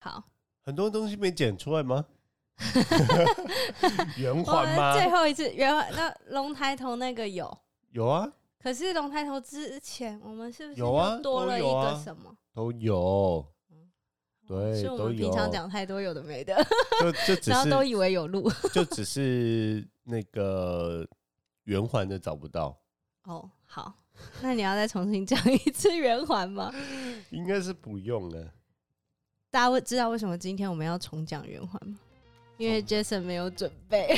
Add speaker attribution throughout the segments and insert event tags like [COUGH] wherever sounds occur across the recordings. Speaker 1: 好，
Speaker 2: 很多东西没剪出来吗？圆
Speaker 1: 我
Speaker 2: 环
Speaker 1: 们
Speaker 2: 吗？
Speaker 1: 最后一次原来那龙抬头那个有，
Speaker 2: 有啊，
Speaker 1: 可是龙抬头之前我们是不是
Speaker 2: 有啊
Speaker 1: 又多了一
Speaker 2: 都有啊
Speaker 1: 个什么？嗯
Speaker 2: 都有。对，
Speaker 1: 是我
Speaker 2: 都
Speaker 1: 们
Speaker 2: 有
Speaker 1: 平。常讲太多有的没的，
Speaker 2: 就
Speaker 1: [LAUGHS]
Speaker 2: 就只
Speaker 1: 然后都
Speaker 2: 是
Speaker 1: 以为有路。
Speaker 2: [LAUGHS] 就只是那个圆环的找不到，
Speaker 1: [LAUGHS] 哦，好，那你要再重新讲一次圆环吗？
Speaker 2: 应该是不用啊了。
Speaker 1: 大家会知道为什么今天我们要重讲圆环吗？因为 Jason 没有准备。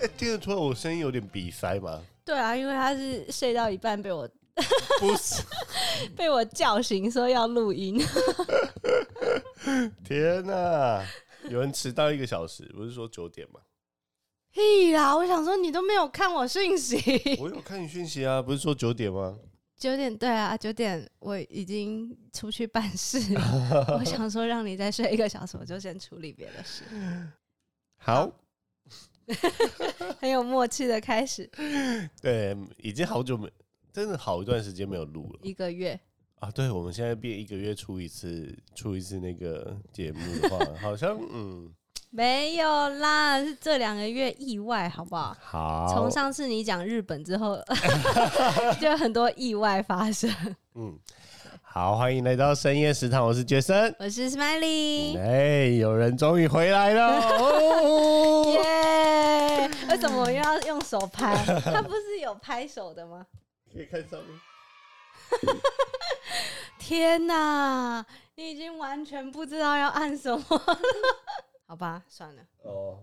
Speaker 2: 哎、听得出来我声音有点鼻塞吗？
Speaker 1: 对啊，因为他是睡到一半被我
Speaker 2: [LAUGHS] 不是，
Speaker 1: [LAUGHS] 被我叫醒，说要录音。
Speaker 2: 天哪、有人迟到一个小时，不是说九点吗？
Speaker 1: [LAUGHS] 屁啦！我想说你都没有看我讯息。
Speaker 2: 我有看你讯息啊，不是说九点吗？
Speaker 1: 九点对啊，九点我已经出去办事，
Speaker 2: [LAUGHS]
Speaker 1: 我想说让你再睡一个小时，我就先处理别的事。
Speaker 2: 好，
Speaker 1: 很有默契的开始，
Speaker 2: 对，已经好久没，真的好一段时间没有录了
Speaker 1: 一个月
Speaker 2: 啊。对，我们现在变一个月出一次，出一次那个节目
Speaker 1: [LAUGHS]
Speaker 2: 的话，好像嗯，
Speaker 1: 没有啦，是这两个月意外，好不好？
Speaker 2: 好，
Speaker 1: 从上次你讲日本之
Speaker 2: [LAUGHS]
Speaker 1: 后，就很多意外发生。
Speaker 2: 嗯，好，欢迎来到深夜食堂，我是杰森。
Speaker 1: 我是 Smiley，
Speaker 2: 哎，有人终于回来
Speaker 1: [LAUGHS]
Speaker 2: 了！哦
Speaker 1: 耶！为什么我又要用手拍？他不是有拍手的吗？
Speaker 2: 可以看上面，
Speaker 1: [LAUGHS] 天哪，你已经完全不知道要按什么了。 [LAUGHS] 好吧，算了，
Speaker 2: 哦，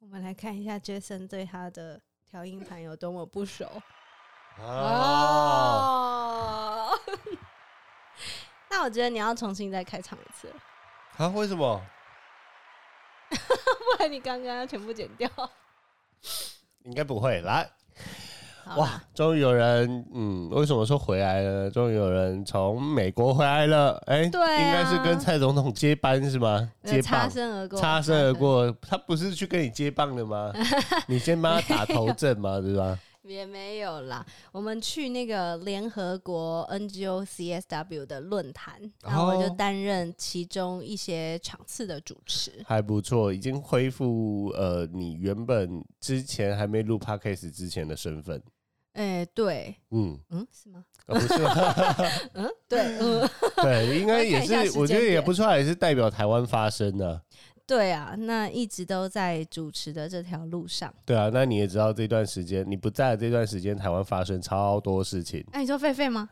Speaker 1: 我们来看一下 Jason 对他的调音盘有多么不熟。哦，
Speaker 2: 啊，
Speaker 1: [LAUGHS] 那我觉得你要重新再开场一次了，
Speaker 2: 啊，为什么？
Speaker 1: 不然你刚刚要全部剪
Speaker 2: [LAUGHS]
Speaker 1: 掉。
Speaker 2: 应该不会来
Speaker 1: 好啊
Speaker 2: 哇
Speaker 1: 啦，！
Speaker 2: 终于有人，嗯，为什么说回来了呢？终于有人从美国回来了，哎，
Speaker 1: 对啊
Speaker 2: 应该是跟蔡总统接班是吗？接
Speaker 1: 那擦
Speaker 2: 棒，
Speaker 1: 身而过，
Speaker 2: 擦身而。过。他不是去跟你接棒
Speaker 1: [LAUGHS]
Speaker 2: 的吗？你先帮他打头阵嘛，对吧？
Speaker 1: 也没有啦，我们去那个联合国 NGO CSW 的论坛，然后我就担任其中一些场次的主持。
Speaker 2: 还不错，已经恢复呃，你原本之前还没录 podcast 之前的身份。
Speaker 1: 哎、对，
Speaker 2: 嗯，
Speaker 1: 嗯，是吗？
Speaker 2: 啊、不是吗？
Speaker 1: 嗯，对，嗯，
Speaker 2: 对，应该也
Speaker 1: 我看一下时
Speaker 2: 是，
Speaker 1: 间
Speaker 2: 我觉得也不错，也是代表台湾发声的。
Speaker 1: 对啊，那一直都在主持的这条路上。
Speaker 2: 对啊，那你也知道这段时间你不在的这段时间，台湾发生超多事情。
Speaker 1: 哎、你说狒狒 [LAUGHS] 吗？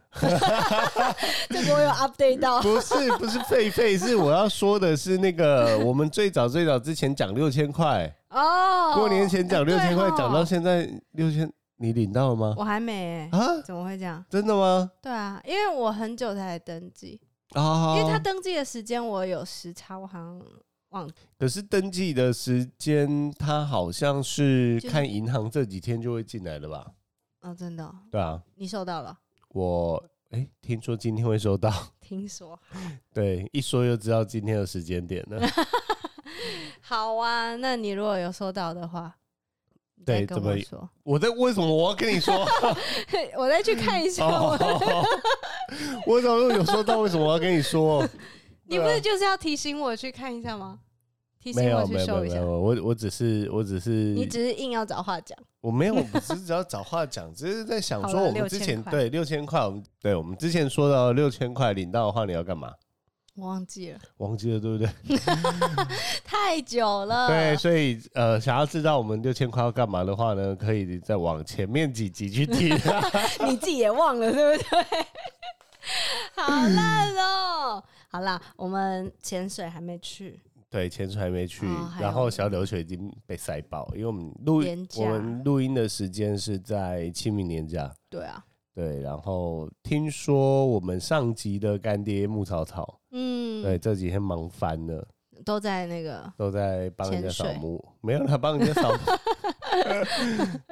Speaker 1: 这个我有 update 到。
Speaker 2: 不是不是狒狒，是我要说的是那个我们最早最早之前讲六千块，
Speaker 1: 哦，
Speaker 2: 过年前讲六千块
Speaker 1: 对，哦
Speaker 2: 讲到现在六千，你领到了吗？
Speaker 1: 我还没、欸，
Speaker 2: 啊，
Speaker 1: 怎么会这样？
Speaker 2: 真的吗？
Speaker 1: 对啊，因为我很久才登记，
Speaker 2: 啊，
Speaker 1: 因为他登记的时间我有时差，我好像忘记。
Speaker 2: 可是登记的时间，它好像是看银行这几天就会进来了吧？
Speaker 1: 哦，真的哦、
Speaker 2: 对啊，
Speaker 1: 你收到了？
Speaker 2: 我哎、听说今天会收到， [LAUGHS]
Speaker 1: 听说
Speaker 2: 对，一说就知道今天的时间点
Speaker 1: [LAUGHS]
Speaker 2: 了。
Speaker 1: 好啊，那你如果有收到的话，你再
Speaker 2: 对
Speaker 1: 跟
Speaker 2: 怎么
Speaker 1: 我说， [LAUGHS]
Speaker 2: 我在为什么我要跟你说？哦
Speaker 1: 我再去看一下
Speaker 2: 嗯
Speaker 1: 我。
Speaker 2: 我怎么有收到？为什么我要跟你说？
Speaker 1: [LAUGHS]
Speaker 2: 啊
Speaker 1: 你不是就是要提醒我去看一下吗？提
Speaker 2: 没
Speaker 1: 醒我
Speaker 2: 有
Speaker 1: 去
Speaker 2: 没有
Speaker 1: 收
Speaker 2: 没
Speaker 1: 一
Speaker 2: 有
Speaker 1: 下
Speaker 2: 没。有，我我只是我只是
Speaker 1: 你只是硬要找话讲，
Speaker 2: 我没有，我不是只要找话讲，只是在想
Speaker 1: 好
Speaker 2: 说
Speaker 1: 了
Speaker 2: 我们之前
Speaker 1: 6000块
Speaker 2: 对六千块，我们对我们之前说到六千块领到的话，你要干嘛？
Speaker 1: 我忘记了，
Speaker 2: 忘记了对不对？
Speaker 1: 太久了。
Speaker 2: 对，，所以呃，想要知道我们六千块要干嘛的话呢，可以再往前面几集去听。
Speaker 1: [LAUGHS] 你自己也忘了，对不对？ [LAUGHS] 好烂哦！好啦，我们潜水还没去，
Speaker 2: 对，潜水还没去，
Speaker 1: 哦还有
Speaker 2: 然后小刘雪已经被塞爆，因为我们录
Speaker 1: 年假
Speaker 2: 我们录音的时间是在清明年假。
Speaker 1: 对啊，
Speaker 2: 对，然后听说我们上集的干爹牧草草，
Speaker 1: 嗯，
Speaker 2: 对，这几天忙翻了，
Speaker 1: 都在那个
Speaker 2: 都在帮人家
Speaker 1: 潜
Speaker 2: 扫
Speaker 1: 水
Speaker 2: 墓，没有他帮人家扫
Speaker 1: [LAUGHS]
Speaker 2: 墓，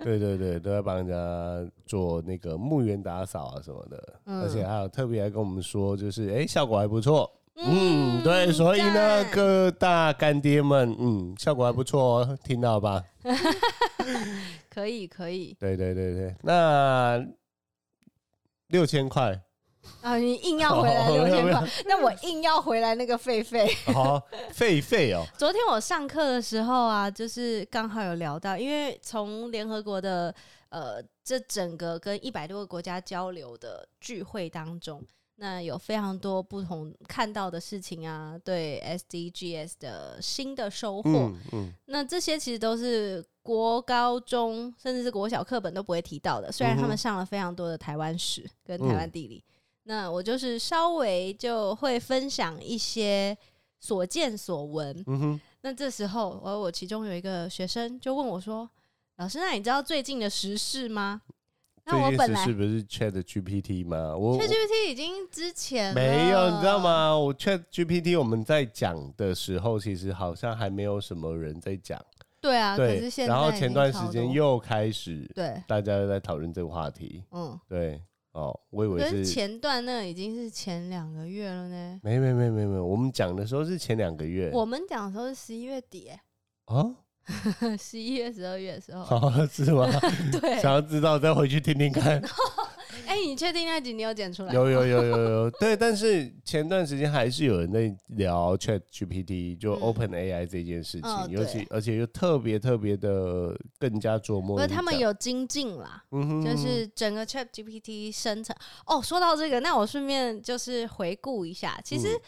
Speaker 2: 对对对，都在帮人家做那个墓园打扫啊什么的，
Speaker 1: 嗯
Speaker 2: 而且还有特别来跟我们说，就是哎、诶效果还不错，嗯，对，所以呢，
Speaker 1: 赞
Speaker 2: 各大干爹们，嗯，效果还不错哦，听到吧？
Speaker 1: [LAUGHS] 可以可以
Speaker 2: 对对对对，那六千块，
Speaker 1: 啊！你硬要回来
Speaker 2: 好
Speaker 1: 六
Speaker 2: 没有
Speaker 1: 千
Speaker 2: 没有
Speaker 1: 块，那我硬要回来那个狒狒。 [LAUGHS]
Speaker 2: 好，狒狒哦，
Speaker 1: 昨天我上课的时候啊，就是刚好有聊到，因为从联合国的呃这整个跟一百多个国家交流的聚会当中，那有非常多不同看到的事情啊，对 SDGs 的新的收获。
Speaker 2: 嗯嗯，
Speaker 1: 那这些其实都是国高中甚至是国小课本都不会提到的，虽然他
Speaker 2: 嗯
Speaker 1: 们
Speaker 2: 哼嗯
Speaker 1: 上了非常多的台湾史跟台湾地理。那我就是稍微就会分享一些所见所闻。
Speaker 2: 嗯哼，
Speaker 1: 那这时候，呃我我其中有一个学生就问我说：“老师，那你知道最近的时事吗？”那我
Speaker 2: 最
Speaker 1: 本
Speaker 2: 近
Speaker 1: 来
Speaker 2: 是不是 Chat GPT 吗？我
Speaker 1: ChatGPT 已经之前了
Speaker 2: 没有，你知道？吗？我 Chat GPT 我们在讲的时候，其实好像还没有什么人在讲，
Speaker 1: 对啊，可
Speaker 2: 对
Speaker 1: 是现。在
Speaker 2: 然后
Speaker 1: 已
Speaker 2: 前
Speaker 1: 经
Speaker 2: 段
Speaker 1: 超
Speaker 2: 时间
Speaker 1: 多
Speaker 2: 又开始，
Speaker 1: 对，
Speaker 2: 大家又在讨论这个话题，
Speaker 1: 嗯，
Speaker 2: 对，哦，我以
Speaker 1: 可
Speaker 2: 为
Speaker 1: 是
Speaker 2: 是。
Speaker 1: 前段那已经是前两个月了呢。
Speaker 2: 没没没没没，我们讲的时候是前两个月
Speaker 1: 我们讲的时候是十一月底、 [LAUGHS]
Speaker 2: 啊，
Speaker 1: 嗯十一月、十二月的时候，
Speaker 2: 好是吗？
Speaker 1: 对。
Speaker 2: 想要知道再回去听
Speaker 1: [LAUGHS]
Speaker 2: 听看。
Speaker 1: 哎、你确定那集你有剪出来？
Speaker 2: 有有有有有，对，但是前段时间还是有人在聊 Chat GPT，就
Speaker 1: 嗯
Speaker 2: Open AI 这件事情，
Speaker 1: 哦
Speaker 2: 尤
Speaker 1: 对
Speaker 2: 其而且又特别特别的更加琢
Speaker 1: 不
Speaker 2: 磨
Speaker 1: 是
Speaker 2: 于讲。
Speaker 1: 他们有精进啦，
Speaker 2: 嗯哼，
Speaker 1: 就是整个 Chat GPT 生成。哦，说到这个，那我顺便就是回顾一下，其实
Speaker 2: 嗯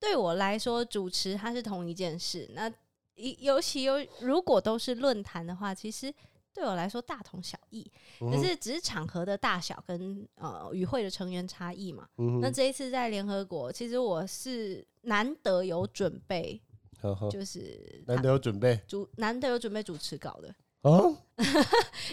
Speaker 1: 对我来说，主持它是同一件事。那一尤其有如果都是论坛的话，其实对我来说大同小异，
Speaker 2: 嗯
Speaker 1: 可
Speaker 2: 哼
Speaker 1: 是只是场合的大小跟呃与会的成员差异嘛。
Speaker 2: 嗯哼
Speaker 1: 那这一次在联合国，其实我是难得有准备，
Speaker 2: 呵呵
Speaker 1: 就是
Speaker 2: 难得有准备
Speaker 1: 主难得有准备主持稿的，
Speaker 2: 哦，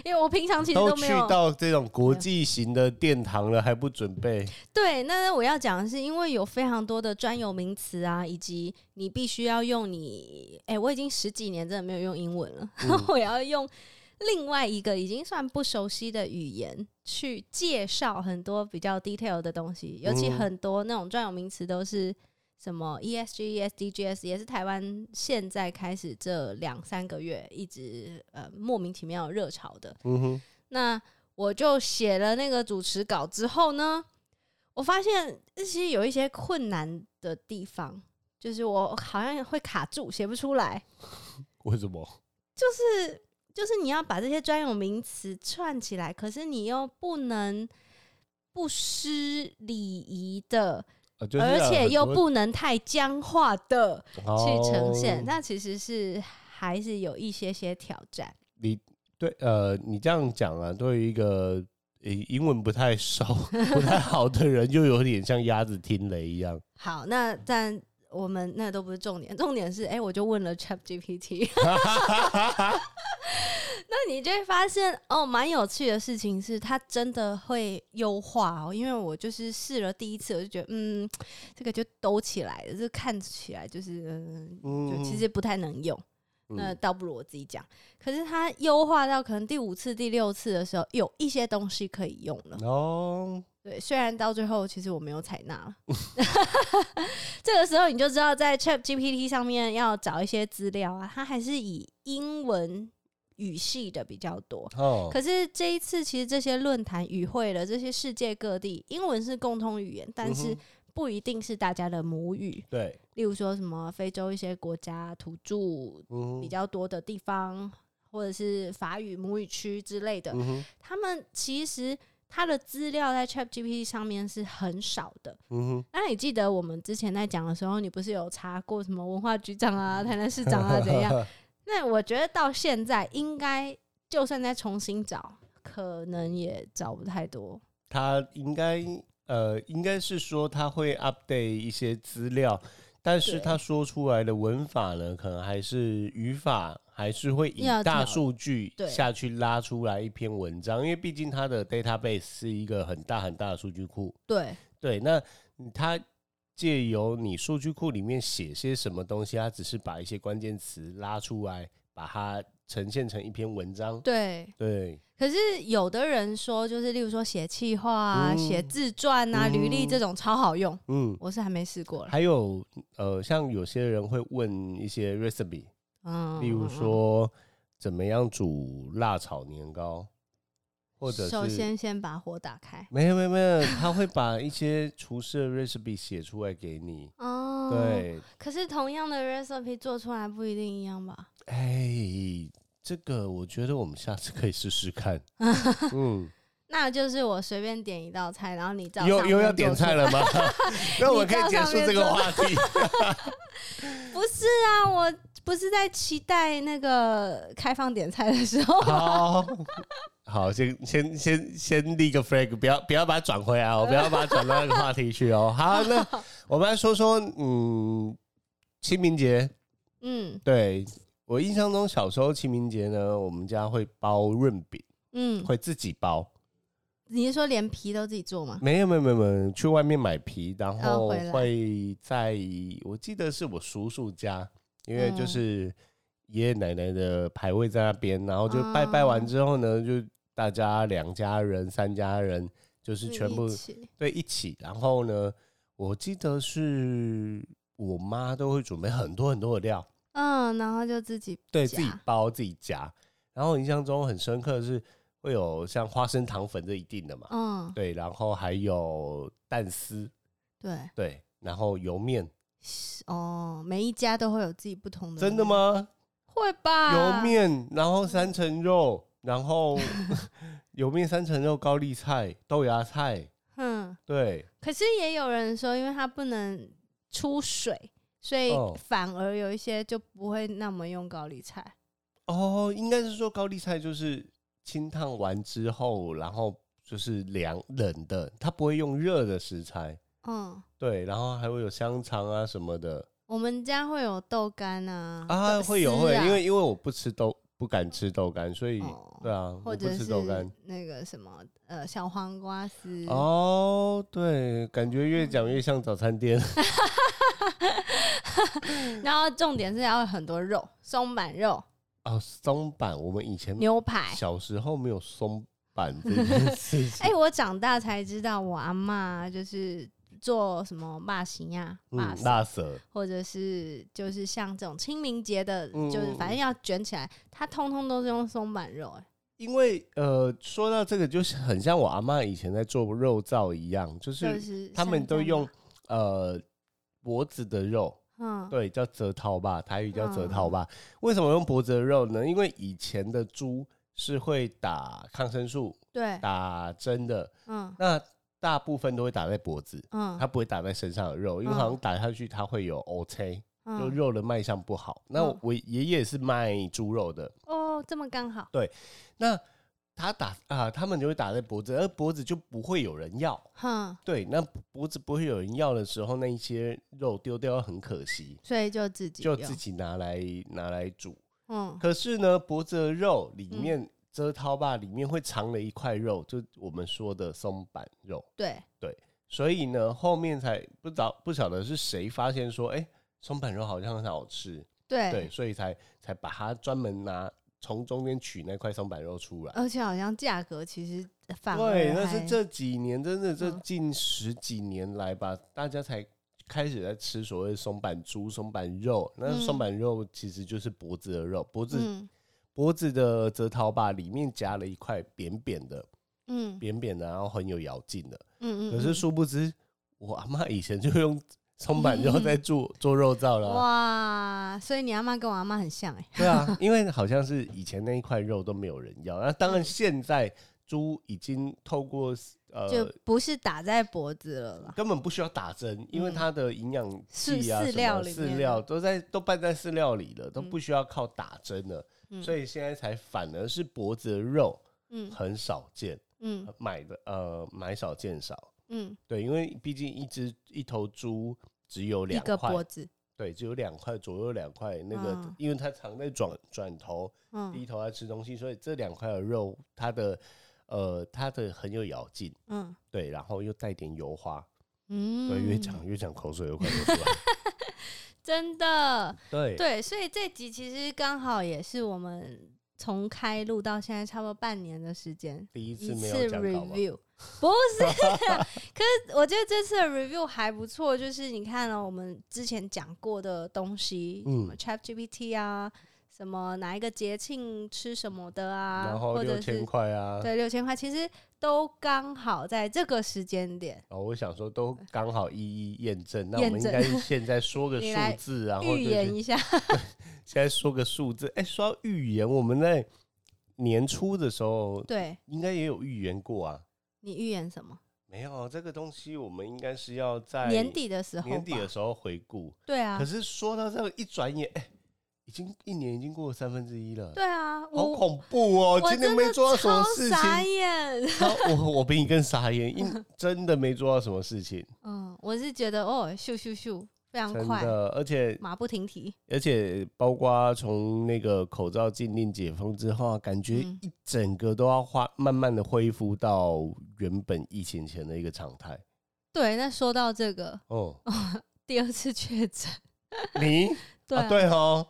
Speaker 1: 因为我平啊常其实
Speaker 2: 都
Speaker 1: 没
Speaker 2: 去
Speaker 1: 有。
Speaker 2: 到这种国际型的殿堂了，还不准备？
Speaker 1: 对，那那我要讲的是，因为有非常多的专有名词啊，以及你必须要用你，哎、我已经十几年真的没有用英文了，
Speaker 2: 嗯
Speaker 1: 我要用另外一个已经算不熟悉的语言去介绍很多比较 detail 的东西，尤其
Speaker 2: 嗯
Speaker 1: 很多那种专有名词都是。什么 E ESG、ESDGs 也是台湾现在开始这两三个月一直呃莫名其妙热潮的，
Speaker 2: 嗯哼，
Speaker 1: 那我就写了那个主持稿之后呢，我发现其实有一些困难的地方，就是我好像会卡住，写不出来。
Speaker 2: 为什么？
Speaker 1: 就是就是你要把这些专有名词串起来，可是你又不能不失礼仪的，
Speaker 2: 啊就是
Speaker 1: 而
Speaker 2: 要有
Speaker 1: 且
Speaker 2: 很
Speaker 1: 又
Speaker 2: 多
Speaker 1: 不能太僵化的去呈现，
Speaker 2: 哦
Speaker 1: 那其实是还是有一些些挑战。
Speaker 2: 你对呃，你这样讲啊，对于一个呃英文不太熟、不太好的人，就有点像鸭子听雷一样。
Speaker 1: 好，那
Speaker 2: 嗯
Speaker 1: 但我们那都不是重点，重点是，哎、我就问了 Chat GPT，那你就会发现，哦，蛮有趣的事情是，它真的会优化哦。因为我就是试了第一次，我就觉得，嗯，这个就兜起来了，这看起来就是，嗯，就
Speaker 2: 嗯
Speaker 1: 其实不太能用。
Speaker 2: 嗯
Speaker 1: 那倒不如我自己讲。可是它优化到可能第五次、第六次的时候，有一些东西可以用了。
Speaker 2: 哦，
Speaker 1: 对，虽然到最后其实我没有采纳
Speaker 2: [LAUGHS]
Speaker 1: 了，这个时候你就知道在 Chat GPT 上面要找一些资料啊，它还是以英文语系的比较多。
Speaker 2: 哦，
Speaker 1: 可是这一次，其实这些论坛与会的这些世界各地，英文是共通语言，但是
Speaker 2: 嗯哼
Speaker 1: 不一定是大家的母语。
Speaker 2: 对，
Speaker 1: 例如说什么非洲一些国家土著
Speaker 2: 嗯
Speaker 1: 比较多的地方，或者是法语母语区之类的
Speaker 2: 哼，，嗯哼，
Speaker 1: 他们其实他的资料在 ChatGPT 上面是很少的。
Speaker 2: 嗯哼，
Speaker 1: 那你记得我们之前在讲的时候，你不是有查过什么文化局长啊、台南市长啊怎
Speaker 2: [LAUGHS]
Speaker 1: 样？那我觉得到现在应该就算再重新找，可能也找不太多。
Speaker 2: 他应该呃，应该是说他会 update 一些资料，但是
Speaker 1: 对
Speaker 2: 他说出来的文法呢，可能还是语法，还是会以
Speaker 1: 要
Speaker 2: 大
Speaker 1: 调
Speaker 2: 数据
Speaker 1: 对
Speaker 2: 下去拉出来一篇文章，因为毕竟它的 database 是一个很大很大的数据库。
Speaker 1: 对，
Speaker 2: 对，那它借由你数据库里面写些什么东西，它只是把一些关键词拉出来。把它呈现成一篇文章。
Speaker 1: 对。
Speaker 2: 对，
Speaker 1: 可是有的人说，就是例如说写企划啊、
Speaker 2: 嗯
Speaker 1: 写自传啊、
Speaker 2: 嗯
Speaker 1: 履历这种超好用，
Speaker 2: 嗯，
Speaker 1: 我是还没试过了。
Speaker 2: 还有呃，像有些人会问一些 recipe，
Speaker 1: 嗯，
Speaker 2: 例如说怎么样煮辣炒年糕，或者
Speaker 1: 首
Speaker 2: 是
Speaker 1: 先先把火打开
Speaker 2: 没有没有没有，他会把一些厨师的 recipe 写出来给你。
Speaker 1: 哦。，
Speaker 2: 对，
Speaker 1: 可是同样的 recipe 做出来不一定一样吧？
Speaker 2: 哎，这个我觉得我们下次可以试试
Speaker 1: [LAUGHS]
Speaker 2: 看。嗯，
Speaker 1: 那就是我随便点一道菜，然后你照
Speaker 2: 又
Speaker 1: 上
Speaker 2: 又
Speaker 1: 面
Speaker 2: 要
Speaker 1: 做
Speaker 2: 点
Speaker 1: 出
Speaker 2: 菜
Speaker 1: 来。
Speaker 2: 了
Speaker 1: [LAUGHS]
Speaker 2: 吗？ [LAUGHS] 那我们可以
Speaker 1: 你
Speaker 2: 结
Speaker 1: 照上
Speaker 2: 束
Speaker 1: 面
Speaker 2: 这个
Speaker 1: 做
Speaker 2: 话
Speaker 1: [LAUGHS]
Speaker 2: 题。
Speaker 1: 不是啊，我不是在期待那个开放点菜的时候。
Speaker 2: 好，好，先先先先立个 flag，不要不要把它转回来哦，不要把它转到那个话题去哦。好，
Speaker 1: [LAUGHS]
Speaker 2: 那我们来说说，嗯，清明节，
Speaker 1: [LAUGHS] 嗯
Speaker 2: 对我印象中小时候清明节呢，我们家会包润饼，
Speaker 1: 嗯，
Speaker 2: 会自己包，
Speaker 1: 你是说连皮都自己做吗？
Speaker 2: 没有没有没有没有，去外面买皮，然后
Speaker 1: 回来
Speaker 2: 会在我记得是我叔叔家，因为就
Speaker 1: 嗯
Speaker 2: 是爷爷奶奶的牌位在那边，然后就拜拜完之后呢，就大家两家人、三家人，就是全部
Speaker 1: 一起
Speaker 2: 对一起，然后呢，我记得是我妈都会准备很多很多的料，
Speaker 1: 嗯，然后就自己
Speaker 2: 对
Speaker 1: 夹
Speaker 2: 自己包自己夹，然后我印象中很深刻的是会有像花生糖粉这一定的嘛，
Speaker 1: 嗯，
Speaker 2: 对，然后还有蛋丝。
Speaker 1: 对，
Speaker 2: 对，然后油面，
Speaker 1: 哦，每一家都会有自己不同的。
Speaker 2: 真的？吗？
Speaker 1: 会吧。
Speaker 2: 油面，然后三层肉，然后 [LAUGHS] 油面三层肉、高丽菜、豆芽菜，
Speaker 1: 嗯，
Speaker 2: 对，
Speaker 1: 可是也有人说，因为它不能出水，所以
Speaker 2: 哦
Speaker 1: 反而有一些就不会那么用高丽菜。
Speaker 2: 哦，应该是说高丽菜就是清烫完之后，然后就是凉冷的，它不会用热的食材，
Speaker 1: 嗯，
Speaker 2: 对，然后还会有香肠啊什么的
Speaker 1: 我们家会有豆干啊，
Speaker 2: 啊，
Speaker 1: 豆
Speaker 2: 会有
Speaker 1: 丝
Speaker 2: 会，
Speaker 1: 啊
Speaker 2: 因为因为我不吃豆，不敢吃豆干，所以
Speaker 1: 哦
Speaker 2: 对啊，我
Speaker 1: 或
Speaker 2: 不
Speaker 1: 者
Speaker 2: 吃
Speaker 1: 是
Speaker 2: 豆干。
Speaker 1: 那个什么呃小黄瓜丝，
Speaker 2: 哦，对，感觉越讲越像早餐店。
Speaker 1: 然后重点是要有很多肉，松板肉、
Speaker 2: 哦，松板，我们以前
Speaker 1: 牛排。
Speaker 2: 小时候没有松板这
Speaker 1: [LAUGHS]
Speaker 2: 件事情。
Speaker 1: 哎、我长大才知道，我阿妈就是做什么霸型啊、霸、
Speaker 2: 嗯，辣舌，
Speaker 1: 或者是就是像这种清明节的，
Speaker 2: 嗯
Speaker 1: 就是反正要卷起来，它通通都是用松板肉、哎，
Speaker 2: 因为呃，说到这个，就是很像我阿妈以前在做肉燥一样，就
Speaker 1: 就是是
Speaker 2: 他们都
Speaker 1: 山
Speaker 2: 用
Speaker 1: 楂嘛
Speaker 2: 呃脖子的肉，
Speaker 1: 嗯
Speaker 2: 对，叫折桃吧，台语叫折桃吧。为什么用脖子的肉呢？因为以前的猪是会打抗生素、
Speaker 1: 对
Speaker 2: 打针的，
Speaker 1: 嗯
Speaker 2: 那大部分都会打在脖子。
Speaker 1: 嗯
Speaker 2: 它不会打在身上的肉，因为
Speaker 1: 嗯
Speaker 2: 好像打下去它会有 OK，、就
Speaker 1: 嗯
Speaker 2: 肉的卖相不好。那
Speaker 1: 嗯
Speaker 2: 我爷爷是卖猪肉的，
Speaker 1: 哦，这么刚好，
Speaker 2: 那他打啊，他们就会打在脖子，而脖子就不会有人要。
Speaker 1: 哼，
Speaker 2: 对，那脖子不会有人要的时候，那一些肉丢掉很可惜，
Speaker 1: 所以就自己
Speaker 2: 就
Speaker 1: 用
Speaker 2: 自己拿来拿来煮。
Speaker 1: 嗯
Speaker 2: 可是呢，脖子的肉里面。遮掏吧，里面会藏了一块肉，就我们说的松板肉。
Speaker 1: 对
Speaker 2: 所以呢，后面才不知道不晓得是谁发现说，哎、松板肉好像很好吃，
Speaker 1: 对
Speaker 2: 对，所以才才把它专门拿从中间取那块松板肉出来。
Speaker 1: 而且好像价格其实嗯反而
Speaker 2: 对，那是
Speaker 1: 还
Speaker 2: 这几年，真的这
Speaker 1: 嗯
Speaker 2: 近十几年来吧，大家才开始在吃所谓松板猪、松板肉。那
Speaker 1: 嗯
Speaker 2: 松板肉其实就是脖子的肉，脖子、
Speaker 1: 嗯
Speaker 2: 脖子的折桃吧，里面夹了一块扁扁的、
Speaker 1: 嗯嗯
Speaker 2: 扁扁的，然后很有咬劲的。
Speaker 1: 嗯，
Speaker 2: 可是
Speaker 1: 嗯
Speaker 2: 殊不知，我阿妈以前就用松板肉
Speaker 1: [LAUGHS]
Speaker 2: 在做做肉燥了啊。
Speaker 1: 哇，所以你阿妈跟我阿妈很像 [LAUGHS] 哎、
Speaker 2: 对啊，因为好像是以前那一块肉都没有人要，那
Speaker 1: 嗯
Speaker 2: 当然现在猪已经透过呃，
Speaker 1: 就不是打在脖子了啦。
Speaker 2: 根本不需要打针，因为
Speaker 1: 嗯
Speaker 2: 它的营养
Speaker 1: 是
Speaker 2: 剂啊、
Speaker 1: 饲
Speaker 2: 什
Speaker 1: 料
Speaker 2: 么
Speaker 1: 里
Speaker 2: 饲
Speaker 1: 面
Speaker 2: 料
Speaker 1: 的
Speaker 2: 都在都拌在饲料里了，都
Speaker 1: 嗯
Speaker 2: 不需要靠打针了，
Speaker 1: 嗯
Speaker 2: 所以现在才反而是脖子的肉
Speaker 1: 嗯
Speaker 2: 很少见，
Speaker 1: 嗯
Speaker 2: 买的呃买少见少，
Speaker 1: 嗯，
Speaker 2: 对，因为毕竟一只一头猪只有
Speaker 1: 一
Speaker 2: 两
Speaker 1: 个
Speaker 2: 块
Speaker 1: 脖子，
Speaker 2: 对，只有两块左右两块，那个、
Speaker 1: 嗯
Speaker 2: 因为它常在转转头，
Speaker 1: 嗯
Speaker 2: 低头在吃东西，所以这两块的肉，它的呃它的很有咬劲，
Speaker 1: 嗯
Speaker 2: 对，然后又带点油花，
Speaker 1: 嗯，
Speaker 2: 对，越讲越讲口水又快流出来，
Speaker 1: 真的
Speaker 2: 对
Speaker 1: [LAUGHS] 对，所以这集其实刚好也是我们从开录到现在差不多半年的时间，
Speaker 2: 第一
Speaker 1: 一
Speaker 2: 次没
Speaker 1: 次
Speaker 2: 有讲稿吧？ [LAUGHS]
Speaker 1: review，不是啊，可是我觉得这次的 review 还不错，就是你看了、我们之前讲过的东西，
Speaker 2: 嗯
Speaker 1: 什么 Chat GPT 啊，什么哪一个节庆吃什么的啊，
Speaker 2: 然后
Speaker 1: 或
Speaker 2: 六
Speaker 1: 者
Speaker 2: 千
Speaker 1: 是
Speaker 2: 块啊，
Speaker 1: 对六千块，其实都刚好在这个时间点
Speaker 2: 哦，我想说都刚好一一验证，那我
Speaker 1: 验
Speaker 2: 们应
Speaker 1: 证
Speaker 2: 该是现在说个
Speaker 1: 你来 [LAUGHS]
Speaker 2: 数字，然后
Speaker 1: 预
Speaker 2: 就是
Speaker 1: 言一下，
Speaker 2: 现在说个数字。哎，说到预言，我们在年初的时候
Speaker 1: 对
Speaker 2: 应该也有预言过啊。
Speaker 1: 你预言什么？
Speaker 2: 没有这个东西，我们应该是要在
Speaker 1: 年底的时候吧，
Speaker 2: 年底的时候回顾。
Speaker 1: 对啊
Speaker 2: 可，是说到这个，一转眼，哎，已经一年已经过了三分之一了，
Speaker 1: 对啊，
Speaker 2: 好
Speaker 1: 我
Speaker 2: 恐怖哦！
Speaker 1: 我
Speaker 2: 今年
Speaker 1: 真
Speaker 2: 没
Speaker 1: 的
Speaker 2: 做到什么
Speaker 1: 超
Speaker 2: 事
Speaker 1: 傻
Speaker 2: [LAUGHS] 情，
Speaker 1: 眼。
Speaker 2: 然后我我比你更傻眼，因真的没做到什么
Speaker 1: [LAUGHS]
Speaker 2: 事情，
Speaker 1: 嗯，我是觉得哦，咻咻咻，非常
Speaker 2: 真
Speaker 1: 快，
Speaker 2: 的，而且
Speaker 1: 马不停蹄。
Speaker 2: 而且包括从那个口罩禁令解封之后啊，感觉
Speaker 1: 嗯
Speaker 2: 一整个都要花慢慢的恢复到原本疫情前的一个常态。
Speaker 1: 对，那说到这个，
Speaker 2: 哦，
Speaker 1: [LAUGHS] 第二次确诊，
Speaker 2: 你
Speaker 1: 对啊、
Speaker 2: 啊对哦，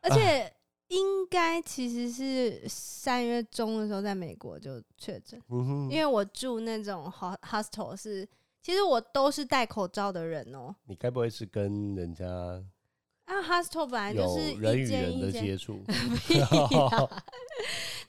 Speaker 1: 而且应该其实是三月中的时候在美国就确诊，
Speaker 2: 嗯哼，
Speaker 1: 因为我住那种 ho- hostel 是，其实我都是戴口罩的人哦、
Speaker 2: 你该不会是跟人家
Speaker 1: 啊，hostel 本来就是
Speaker 2: 有人
Speaker 1: 一
Speaker 2: 与
Speaker 1: 间
Speaker 2: 人的
Speaker 1: 一间，
Speaker 2: 接
Speaker 1: [LAUGHS]
Speaker 2: 触？
Speaker 1: 屁啦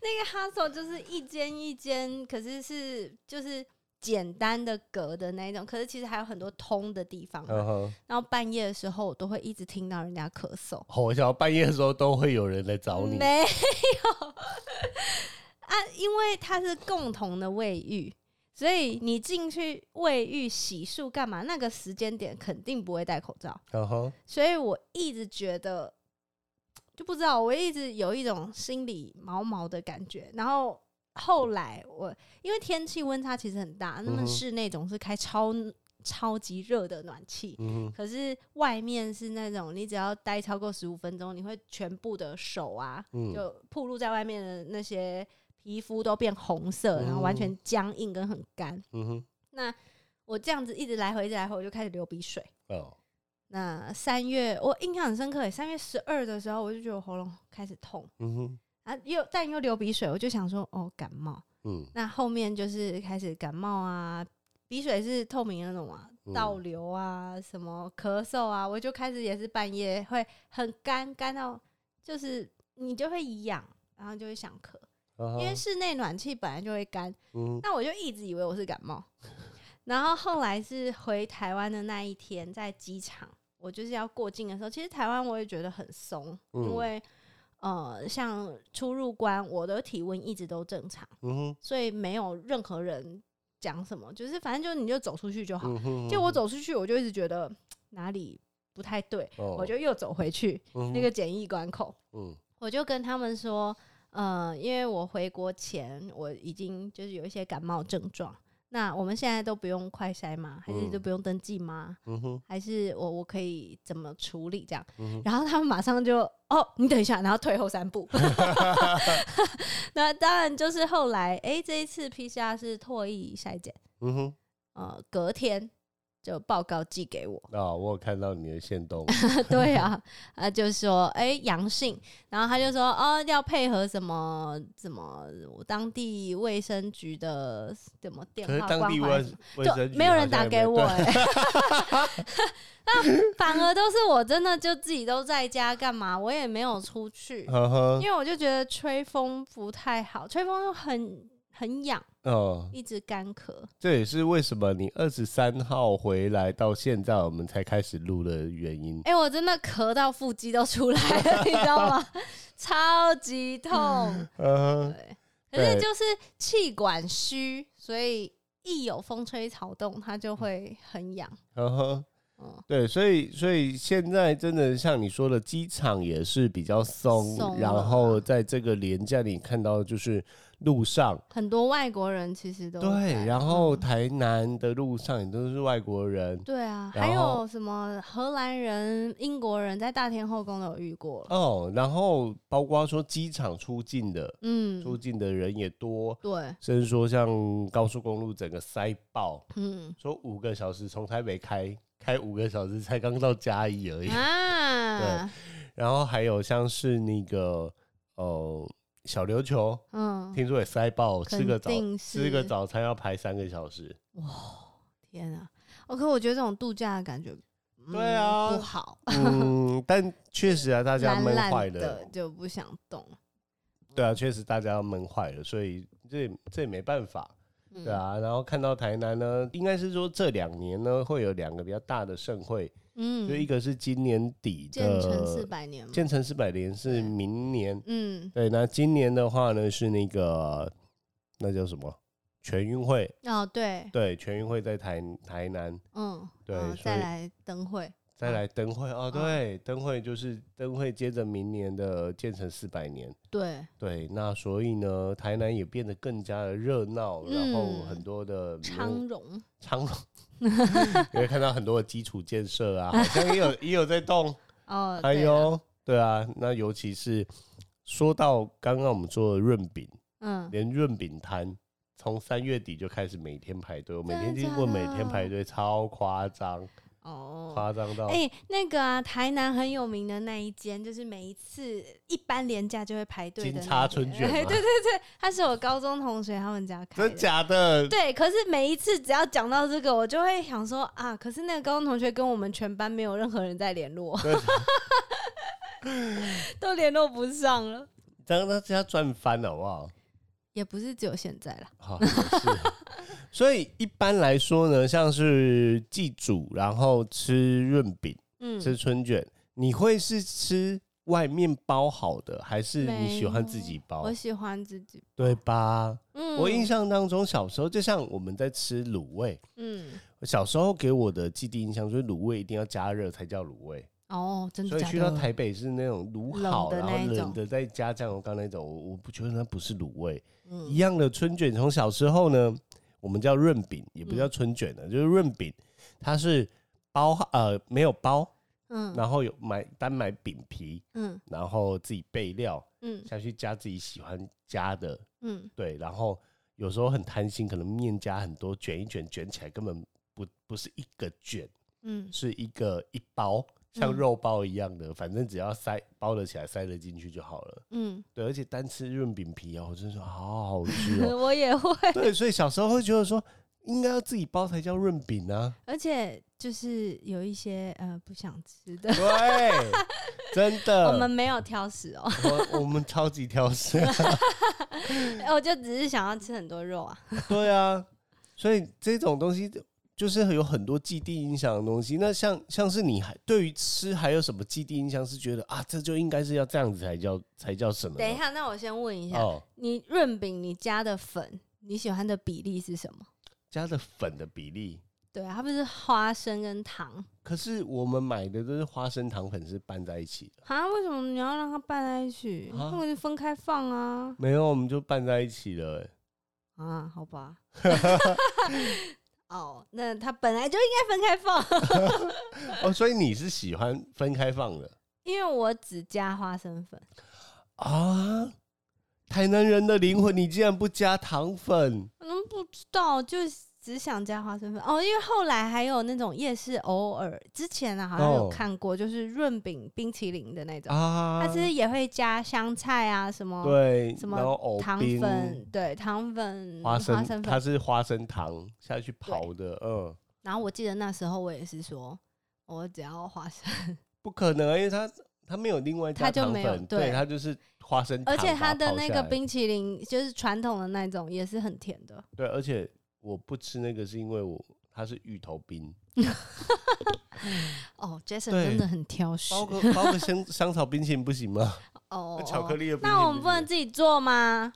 Speaker 1: 那个 hostel 就是一间一间，可是是就是简单的隔的那一种，可是其实还有很多通的地方嘛。
Speaker 2: 嗯哼，
Speaker 1: 然后半夜的时候，我都会一直听到人家咳嗽。
Speaker 2: [LAUGHS] 我想半夜的时候都会有人来找你。
Speaker 1: 没有 [LAUGHS] 啊，因为它是共同的卫浴，所以你进去卫浴洗漱干嘛？那个时间点肯定不会戴口罩，
Speaker 2: 嗯哼，
Speaker 1: 所以我一直觉得就不知道，我一直有一种心里毛毛的感觉。然后后来我因为天气温差其实很大，那
Speaker 2: 嗯
Speaker 1: 么
Speaker 2: 哼
Speaker 1: 室内总是开超超级热的暖气，
Speaker 2: 嗯哼，
Speaker 1: 可是外面是那种你只要待超过十五分钟，你会全部的手啊，
Speaker 2: 嗯
Speaker 1: 就暴露在外面的那些皮肤都变红色，然后完全僵硬跟很干。
Speaker 2: 嗯哼，
Speaker 1: 那我这样子一直来回，一直来回，我就开始流鼻水。
Speaker 2: 哦，
Speaker 1: 那三月我印象很深刻耶，欸三月十二的时候，我就觉得我喉咙开始痛
Speaker 2: 嗯哼，
Speaker 1: 啊，又但又流鼻水，我就想说哦感冒。
Speaker 2: 嗯
Speaker 1: 那后面就是开始感冒啊，鼻水是透明的那种啊，
Speaker 2: 嗯
Speaker 1: 倒流啊，什么咳嗽啊，我就开始也是半夜会很干，干到就是你就会痒，然后就会想咳，
Speaker 2: 嗯
Speaker 1: 因为
Speaker 2: 哼，
Speaker 1: 室内暖气本来就会干，
Speaker 2: 嗯
Speaker 1: 那我就一直以为我是感冒， [LAUGHS] 然后后来是回台湾的那一天，在机场我就是要过境的时候，其实台湾我也觉得很松，因
Speaker 2: 嗯
Speaker 1: 为呃，像出入关我的体温一直都正常。
Speaker 2: 嗯哼，
Speaker 1: 所以没有任何人讲什么，就是反正就你就走出去就好。
Speaker 2: 嗯哼，
Speaker 1: 就我走出去，我就一直觉得嘖哪里不太对，
Speaker 2: 哦，嗯
Speaker 1: 我就又走回去
Speaker 2: 那
Speaker 1: 那个检疫关口，
Speaker 2: 嗯
Speaker 1: 我就跟他们说，呃，因为我回国前我已经就是有一些感冒症状，那我们现在都不用快筛吗？还是
Speaker 2: 嗯
Speaker 1: 都不用登记吗？
Speaker 2: 嗯哼
Speaker 1: 还是我我可以怎么处理这样？
Speaker 2: 嗯哼。
Speaker 1: 然后他们马上就哦，你等一下，然后退后三步。 [LAUGHS] 那当然就是后来，哎，这一次 PCR 是唾液筛检，
Speaker 2: 嗯哼，
Speaker 1: 呃，隔天就报告寄给我。
Speaker 2: 啊、我有看到你的线动， [LAUGHS]
Speaker 1: 对啊，啊，就说哎阳性，然后他就说哦要配合什么什么当地卫生局的什么电
Speaker 2: 可是
Speaker 1: 话
Speaker 2: 当
Speaker 1: 关
Speaker 2: 地
Speaker 1: 怀
Speaker 2: 卫
Speaker 1: 什么。
Speaker 2: 卫
Speaker 1: 就
Speaker 2: 生局
Speaker 1: 没有
Speaker 2: 好
Speaker 1: 人
Speaker 2: 像
Speaker 1: 打
Speaker 2: 也
Speaker 1: 给
Speaker 2: 没
Speaker 1: 我、欸， [LAUGHS] 那反而都是我真的就自己都在家干嘛，我也没有出去
Speaker 2: 对，呵呵，
Speaker 1: 因为我就觉得吹风不太好，吹风又很很痒，
Speaker 2: 哦，
Speaker 1: 一直干咳。
Speaker 2: 这也是为什么你二十三号回来到现在我们才开始录的原因。
Speaker 1: 哎、我真的咳到腹肌都出来了，你知道吗？超级痛。
Speaker 2: 嗯、
Speaker 1: 对，可是
Speaker 2: 对
Speaker 1: 就是气管虚，所以一有风吹草动，它就会很痒。
Speaker 2: 呵呵，
Speaker 1: 嗯，
Speaker 2: 对，所以所以现在真的像你说的，机场也是比较松，
Speaker 1: 松
Speaker 2: 然
Speaker 1: 了
Speaker 2: 后在这个廉价你看到就是路上。
Speaker 1: 很多外国人其实都
Speaker 2: 对，
Speaker 1: 在
Speaker 2: 然后
Speaker 1: 嗯
Speaker 2: 台南的路上也都是外国人，
Speaker 1: 对啊，
Speaker 2: 然
Speaker 1: 还有
Speaker 2: 后
Speaker 1: 什么荷兰人、英国人在大天后宫都有遇过了。
Speaker 2: 哦，然后包括说机场出境的，出
Speaker 1: 嗯，
Speaker 2: 境的人也多，
Speaker 1: 对，
Speaker 2: 甚至说像高速公路整个塞爆，
Speaker 1: 嗯，
Speaker 2: 说五个小时从台北开开五个小时才刚到嘉义而已。
Speaker 1: 啊，
Speaker 2: 然后还有像是那个呃小琉球，
Speaker 1: 嗯，
Speaker 2: 听说也塞爆，
Speaker 1: 肯
Speaker 2: 吃个早
Speaker 1: 定是
Speaker 2: 吃个早餐要排三个
Speaker 1: [LAUGHS]
Speaker 2: 小时。
Speaker 1: 天啊，OK，我觉得这种度假的感觉，嗯
Speaker 2: 对啊
Speaker 1: 不好，
Speaker 2: 嗯，但确实啊，大家
Speaker 1: 懒
Speaker 2: 闷坏
Speaker 1: 懒
Speaker 2: 了
Speaker 1: 的。就不想动，
Speaker 2: 对啊，确实大家闷坏了，所以这这也没办法。
Speaker 1: 嗯
Speaker 2: 对，啊，然后看到台南呢，应该是说这两年呢会有两个比较大的盛会，
Speaker 1: 嗯
Speaker 2: 就一个是今年底
Speaker 1: 建成四
Speaker 2: 的
Speaker 1: 百年嘛，
Speaker 2: 建成四百年是
Speaker 1: 对啊
Speaker 2: 明年，
Speaker 1: 嗯，
Speaker 2: 对，那今年的话呢是那个那叫什么全运会，
Speaker 1: 哦对，
Speaker 2: 对，全运会在台台南，
Speaker 1: 嗯，
Speaker 2: 对
Speaker 1: 嗯
Speaker 2: 所以
Speaker 1: 再来灯会，
Speaker 2: 再来灯会哦，
Speaker 1: 哦
Speaker 2: 对，灯会就是灯会，接着明年的建成四百年。
Speaker 1: 对，
Speaker 2: 对，那所以呢，台南也变得更加的热闹，然后
Speaker 1: 嗯
Speaker 2: 很多的
Speaker 1: 昌荣，
Speaker 2: 长隆， [LAUGHS] 你会看到很多的基础建设啊，好像也有也有在动。
Speaker 1: 哦，
Speaker 2: 哎
Speaker 1: 对啦，
Speaker 2: 呦，对啊，那尤其是说到刚刚我们做的润饼，
Speaker 1: 嗯，
Speaker 2: 连润饼摊从三月底就开始每天排队，我每
Speaker 1: 真
Speaker 2: 天
Speaker 1: 的
Speaker 2: 经
Speaker 1: 假
Speaker 2: 过每天
Speaker 1: 的
Speaker 2: 排队，超夸张，
Speaker 1: 哦，
Speaker 2: 夸张到
Speaker 1: 哎、那个啊，台南很有名的那一间，就是每一次一般廉价就会排队的
Speaker 2: 金
Speaker 1: 那
Speaker 2: 叉
Speaker 1: 间
Speaker 2: 春卷
Speaker 1: [LAUGHS] 对
Speaker 2: 吗
Speaker 1: 对对，他是我高中同学他们家开
Speaker 2: 真
Speaker 1: 的。
Speaker 2: 假的？ [LAUGHS]
Speaker 1: 对，可是每一次只要讲到这个，我就会想说啊，可是那个高中同学跟我们全班没有任何人在联络， [LAUGHS]
Speaker 2: 对
Speaker 1: 都联络不上了。
Speaker 2: 让大家赚翻了好不好？
Speaker 1: 也不是只有现在啦，
Speaker 2: 好，也是。 [LAUGHS] 所以一般来说呢，像是祭祖，然后吃润饼。
Speaker 1: 嗯，
Speaker 2: 吃春卷，你会是吃外面包好的，还是
Speaker 1: 没
Speaker 2: 你喜欢
Speaker 1: 有
Speaker 2: 自己包
Speaker 1: 嗯我？喜欢自己，
Speaker 2: 对吧？
Speaker 1: 嗯，
Speaker 2: 我印，象当中，小时候就像我们在吃卤味，
Speaker 1: 嗯，
Speaker 2: 小时候给我的既定印象就是卤味一定要加热才叫卤味，
Speaker 1: 哦，真
Speaker 2: 所
Speaker 1: 的
Speaker 2: 以
Speaker 1: 假
Speaker 2: 去到
Speaker 1: 的？
Speaker 2: 台北是那种卤
Speaker 1: 冷
Speaker 2: 好，
Speaker 1: 的
Speaker 2: 然后
Speaker 1: 那一
Speaker 2: 冷
Speaker 1: 种
Speaker 2: 的再加酱油膏那种，我我不觉得那不是卤味。一
Speaker 1: 嗯
Speaker 2: 样的春卷，从小时候呢，我们叫润饼，也不叫春卷
Speaker 1: 嗯
Speaker 2: 了，就是润饼，它是包呃没有包，
Speaker 1: 嗯
Speaker 2: 然后有买单买饼皮，
Speaker 1: 嗯
Speaker 2: 然后自己备料
Speaker 1: 嗯
Speaker 2: 下去加自己喜欢加的，
Speaker 1: 嗯，
Speaker 2: 对，然后有时候很贪心，可能面加很多，卷一卷卷起来根本不不是一个卷，
Speaker 1: 嗯，
Speaker 2: 是一个一包，像
Speaker 1: 嗯
Speaker 2: 肉包一样的，反正只要塞包了起来，塞了进去就好了。
Speaker 1: 嗯，
Speaker 2: 对，而且单吃润饼皮哦，我真的说好好
Speaker 1: [LAUGHS]
Speaker 2: 吃哦。
Speaker 1: 我也会。
Speaker 2: 对，所以小时候会觉得说，应该要自己包才叫润饼啊。
Speaker 1: 而且就是有一些呃不想吃 [LAUGHS]
Speaker 2: [LAUGHS]
Speaker 1: 的，
Speaker 2: 对，真的，
Speaker 1: 我们没有挑食哦、
Speaker 2: 我我们超级
Speaker 1: [LAUGHS]
Speaker 2: 挑食。
Speaker 1: 我就只是想要吃很多肉啊。
Speaker 2: 对啊，所以这种东西就是有很多既定影响的东西。那像像是你还对于吃还有什么既定印象是觉得啊，这就应该是要这样子才叫才叫什么呢？
Speaker 1: 等一下，那我先问一下，
Speaker 2: 哦，
Speaker 1: 你润饼你加的粉，你喜欢的比例是什么？
Speaker 2: 加的粉的比例。
Speaker 1: 对啊，它不是花生跟糖
Speaker 2: 可是我们买的都是花生糖粉是拌在一起的，
Speaker 1: 啊？为什么你要让它拌在一起？
Speaker 2: 啊
Speaker 1: 那我就分开放啊
Speaker 2: 没有我们就拌在一起了、欸
Speaker 1: 啊，好
Speaker 2: [LAUGHS]
Speaker 1: 吧。 [LAUGHS] 哦，那它本来就应该分开放，
Speaker 2: 哦，所以你是喜欢分开放的
Speaker 1: 因为我只加花生粉。
Speaker 2: 啊？台南人的灵魂，你竟然不加糖粉？
Speaker 1: 可能不知道，就只想加花生粉哦。因为后来还有那种夜市，偶尔之前啊好像有
Speaker 2: 哦
Speaker 1: 看过，就是润饼冰淇淋的那种，
Speaker 2: 啊
Speaker 1: 它其实也会加香菜啊什么。
Speaker 2: 对，
Speaker 1: 什么
Speaker 2: 然后藕
Speaker 1: 糖
Speaker 2: 冰
Speaker 1: 粉对糖粉
Speaker 2: 花生，它
Speaker 1: 粉，
Speaker 2: 是花生糖下去刨的，嗯，
Speaker 1: 然后我记得那时候我也是说，我只要花生，
Speaker 2: [LAUGHS] 不可能啊，因为它它没有另外加
Speaker 1: 它就
Speaker 2: 糖
Speaker 1: 没有
Speaker 2: 粉，
Speaker 1: 对
Speaker 2: 对，它就是花生糖
Speaker 1: 而
Speaker 2: 把它刨下
Speaker 1: 且
Speaker 2: 来，
Speaker 1: 它的那个冰淇淋就是传统的那种，也是很甜的。
Speaker 2: 对，而且我不吃那个是因为我它是芋头冰，
Speaker 1: 哦，Jason
Speaker 2: 对
Speaker 1: 真的很挑食
Speaker 2: 包
Speaker 1: [LAUGHS]
Speaker 2: 个包个香香草冰淇淋不行吗？
Speaker 1: 哦。
Speaker 2: 巧克力的冰淇淋行吗，
Speaker 1: 那我们不能自己做吗？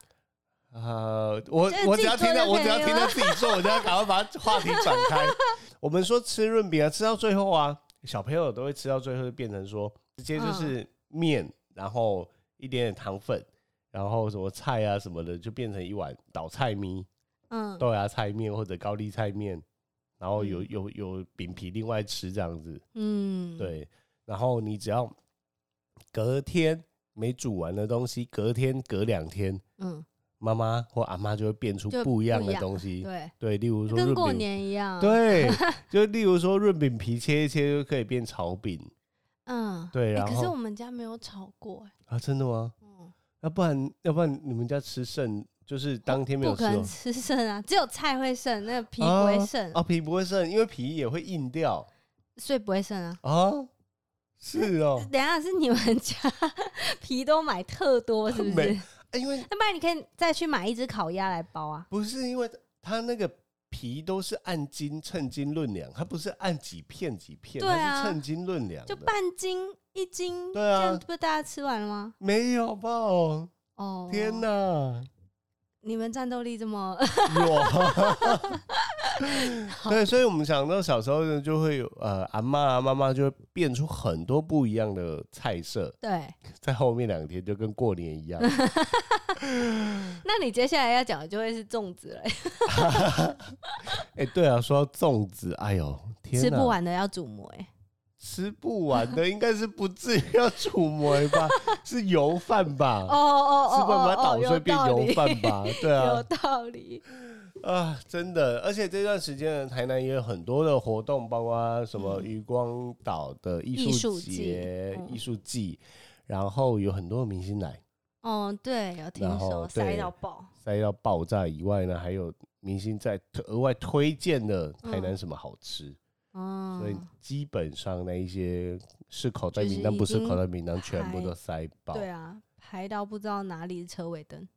Speaker 2: 啊，我
Speaker 1: 就是
Speaker 2: 我
Speaker 1: 自己
Speaker 2: 只
Speaker 1: 做
Speaker 2: 要听到
Speaker 1: 就
Speaker 2: 我
Speaker 1: 可
Speaker 2: 只要
Speaker 1: 以
Speaker 2: 听
Speaker 1: 了
Speaker 2: 到自己做，我就要赶快把它话题转开。 [LAUGHS] 我们说吃润饼啊，吃到最后啊，小朋友都会吃到最后就变成说，直接就是
Speaker 1: 嗯
Speaker 2: 面，然后一点点糖粉，然后什么菜啊什么的，就变成一碗倒菜咪、
Speaker 1: 嗯，
Speaker 2: 豆芽菜面或者高丽菜面，然后有
Speaker 1: 嗯
Speaker 2: 有有饼皮另外吃这样子。
Speaker 1: 嗯，，
Speaker 2: 对，然后你只要隔天没煮完的东西，隔天隔两天。
Speaker 1: 嗯，
Speaker 2: 妈妈或阿妈就会变出
Speaker 1: 就
Speaker 2: 不一样
Speaker 1: 不
Speaker 2: 的
Speaker 1: 一样
Speaker 2: 东西。
Speaker 1: 对，
Speaker 2: 对，例如说
Speaker 1: 跟
Speaker 2: 润
Speaker 1: 过
Speaker 2: 饼，
Speaker 1: 年一样。， [LAUGHS]
Speaker 2: 对，就例如说润饼皮切一切就可以变炒饼
Speaker 1: 嗯，
Speaker 2: 对
Speaker 1: 哎
Speaker 2: 然
Speaker 1: 可是
Speaker 2: 后
Speaker 1: 我们家没有炒过、哎
Speaker 2: 啊，真的吗？
Speaker 1: 嗯，
Speaker 2: 要不然要不然你们家吃剩就是当天没有
Speaker 1: 不
Speaker 2: 吃
Speaker 1: 可
Speaker 2: 哦
Speaker 1: 能吃剩啊，只有菜会剩，那个皮不会剩，
Speaker 2: 啊，皮不会剩，因为皮也会硬掉
Speaker 1: 碎不会剩啊。
Speaker 2: 啊。是哦，
Speaker 1: [LAUGHS] 等一下是你们家 [LAUGHS] 皮都买特多是不
Speaker 2: 没
Speaker 1: 是？
Speaker 2: 啊因为
Speaker 1: 那不然你可以再去买一只烤鸭来包啊。
Speaker 2: 不是因为它那个皮都是按斤称斤论两，它不是按几片几片，
Speaker 1: 对
Speaker 2: 它
Speaker 1: 啊
Speaker 2: 是称斤论两的。
Speaker 1: 就半斤一斤，
Speaker 2: 对啊
Speaker 1: 这样不是大家吃完了吗？
Speaker 2: 没有吧？
Speaker 1: 哦，
Speaker 2: 天！哪，
Speaker 1: 你们战斗力这么， [LAUGHS]
Speaker 2: 有。啊对，所以我们想到小时候呢，就会有呃，阿妈啊、妈妈就会变出很多不一样的菜色，
Speaker 1: 对，
Speaker 2: 在后面两天就跟过
Speaker 1: [LAUGHS]
Speaker 2: 年一样。
Speaker 1: 那你接下来要讲的就会是粽子了，
Speaker 2: 哎、对啊，说到粽子，哎呦，天
Speaker 1: 吃
Speaker 2: 哪，
Speaker 1: 不完的要煮馍、哎，
Speaker 2: 吃不完的应该是不至于要煮馍吧？是油饭吧？
Speaker 1: 哦哦
Speaker 2: 吃
Speaker 1: 哦
Speaker 2: 啊不完把它
Speaker 1: 哦
Speaker 2: 捣
Speaker 1: 哦，
Speaker 2: 碎
Speaker 1: 有
Speaker 2: 变
Speaker 1: 道
Speaker 2: 油
Speaker 1: 理，[LAUGHS]
Speaker 2: 饭吧？对
Speaker 1: 有
Speaker 2: 啊，
Speaker 1: 道理，
Speaker 2: 啊，真的，而且这段时间呢，台南也有很多的活动，包括什么
Speaker 1: 嗯
Speaker 2: 渔光岛的艺
Speaker 1: 艺术季
Speaker 2: 节、
Speaker 1: 嗯
Speaker 2: 艺术季，然后有很多明星来，
Speaker 1: 哦，对，有听
Speaker 2: 然后
Speaker 1: 说塞
Speaker 2: 对
Speaker 1: 到爆，
Speaker 2: 塞到爆炸以外呢，还有明星在额外推荐的台南什么好吃，
Speaker 1: 嗯，
Speaker 2: 所以基本上那一些是口袋
Speaker 1: 就是
Speaker 2: 名单，
Speaker 1: 已
Speaker 2: 不是
Speaker 1: 经
Speaker 2: 口袋名单，全部
Speaker 1: 排
Speaker 2: 都塞爆。
Speaker 1: 对啊，排到不知道哪里是车尾灯，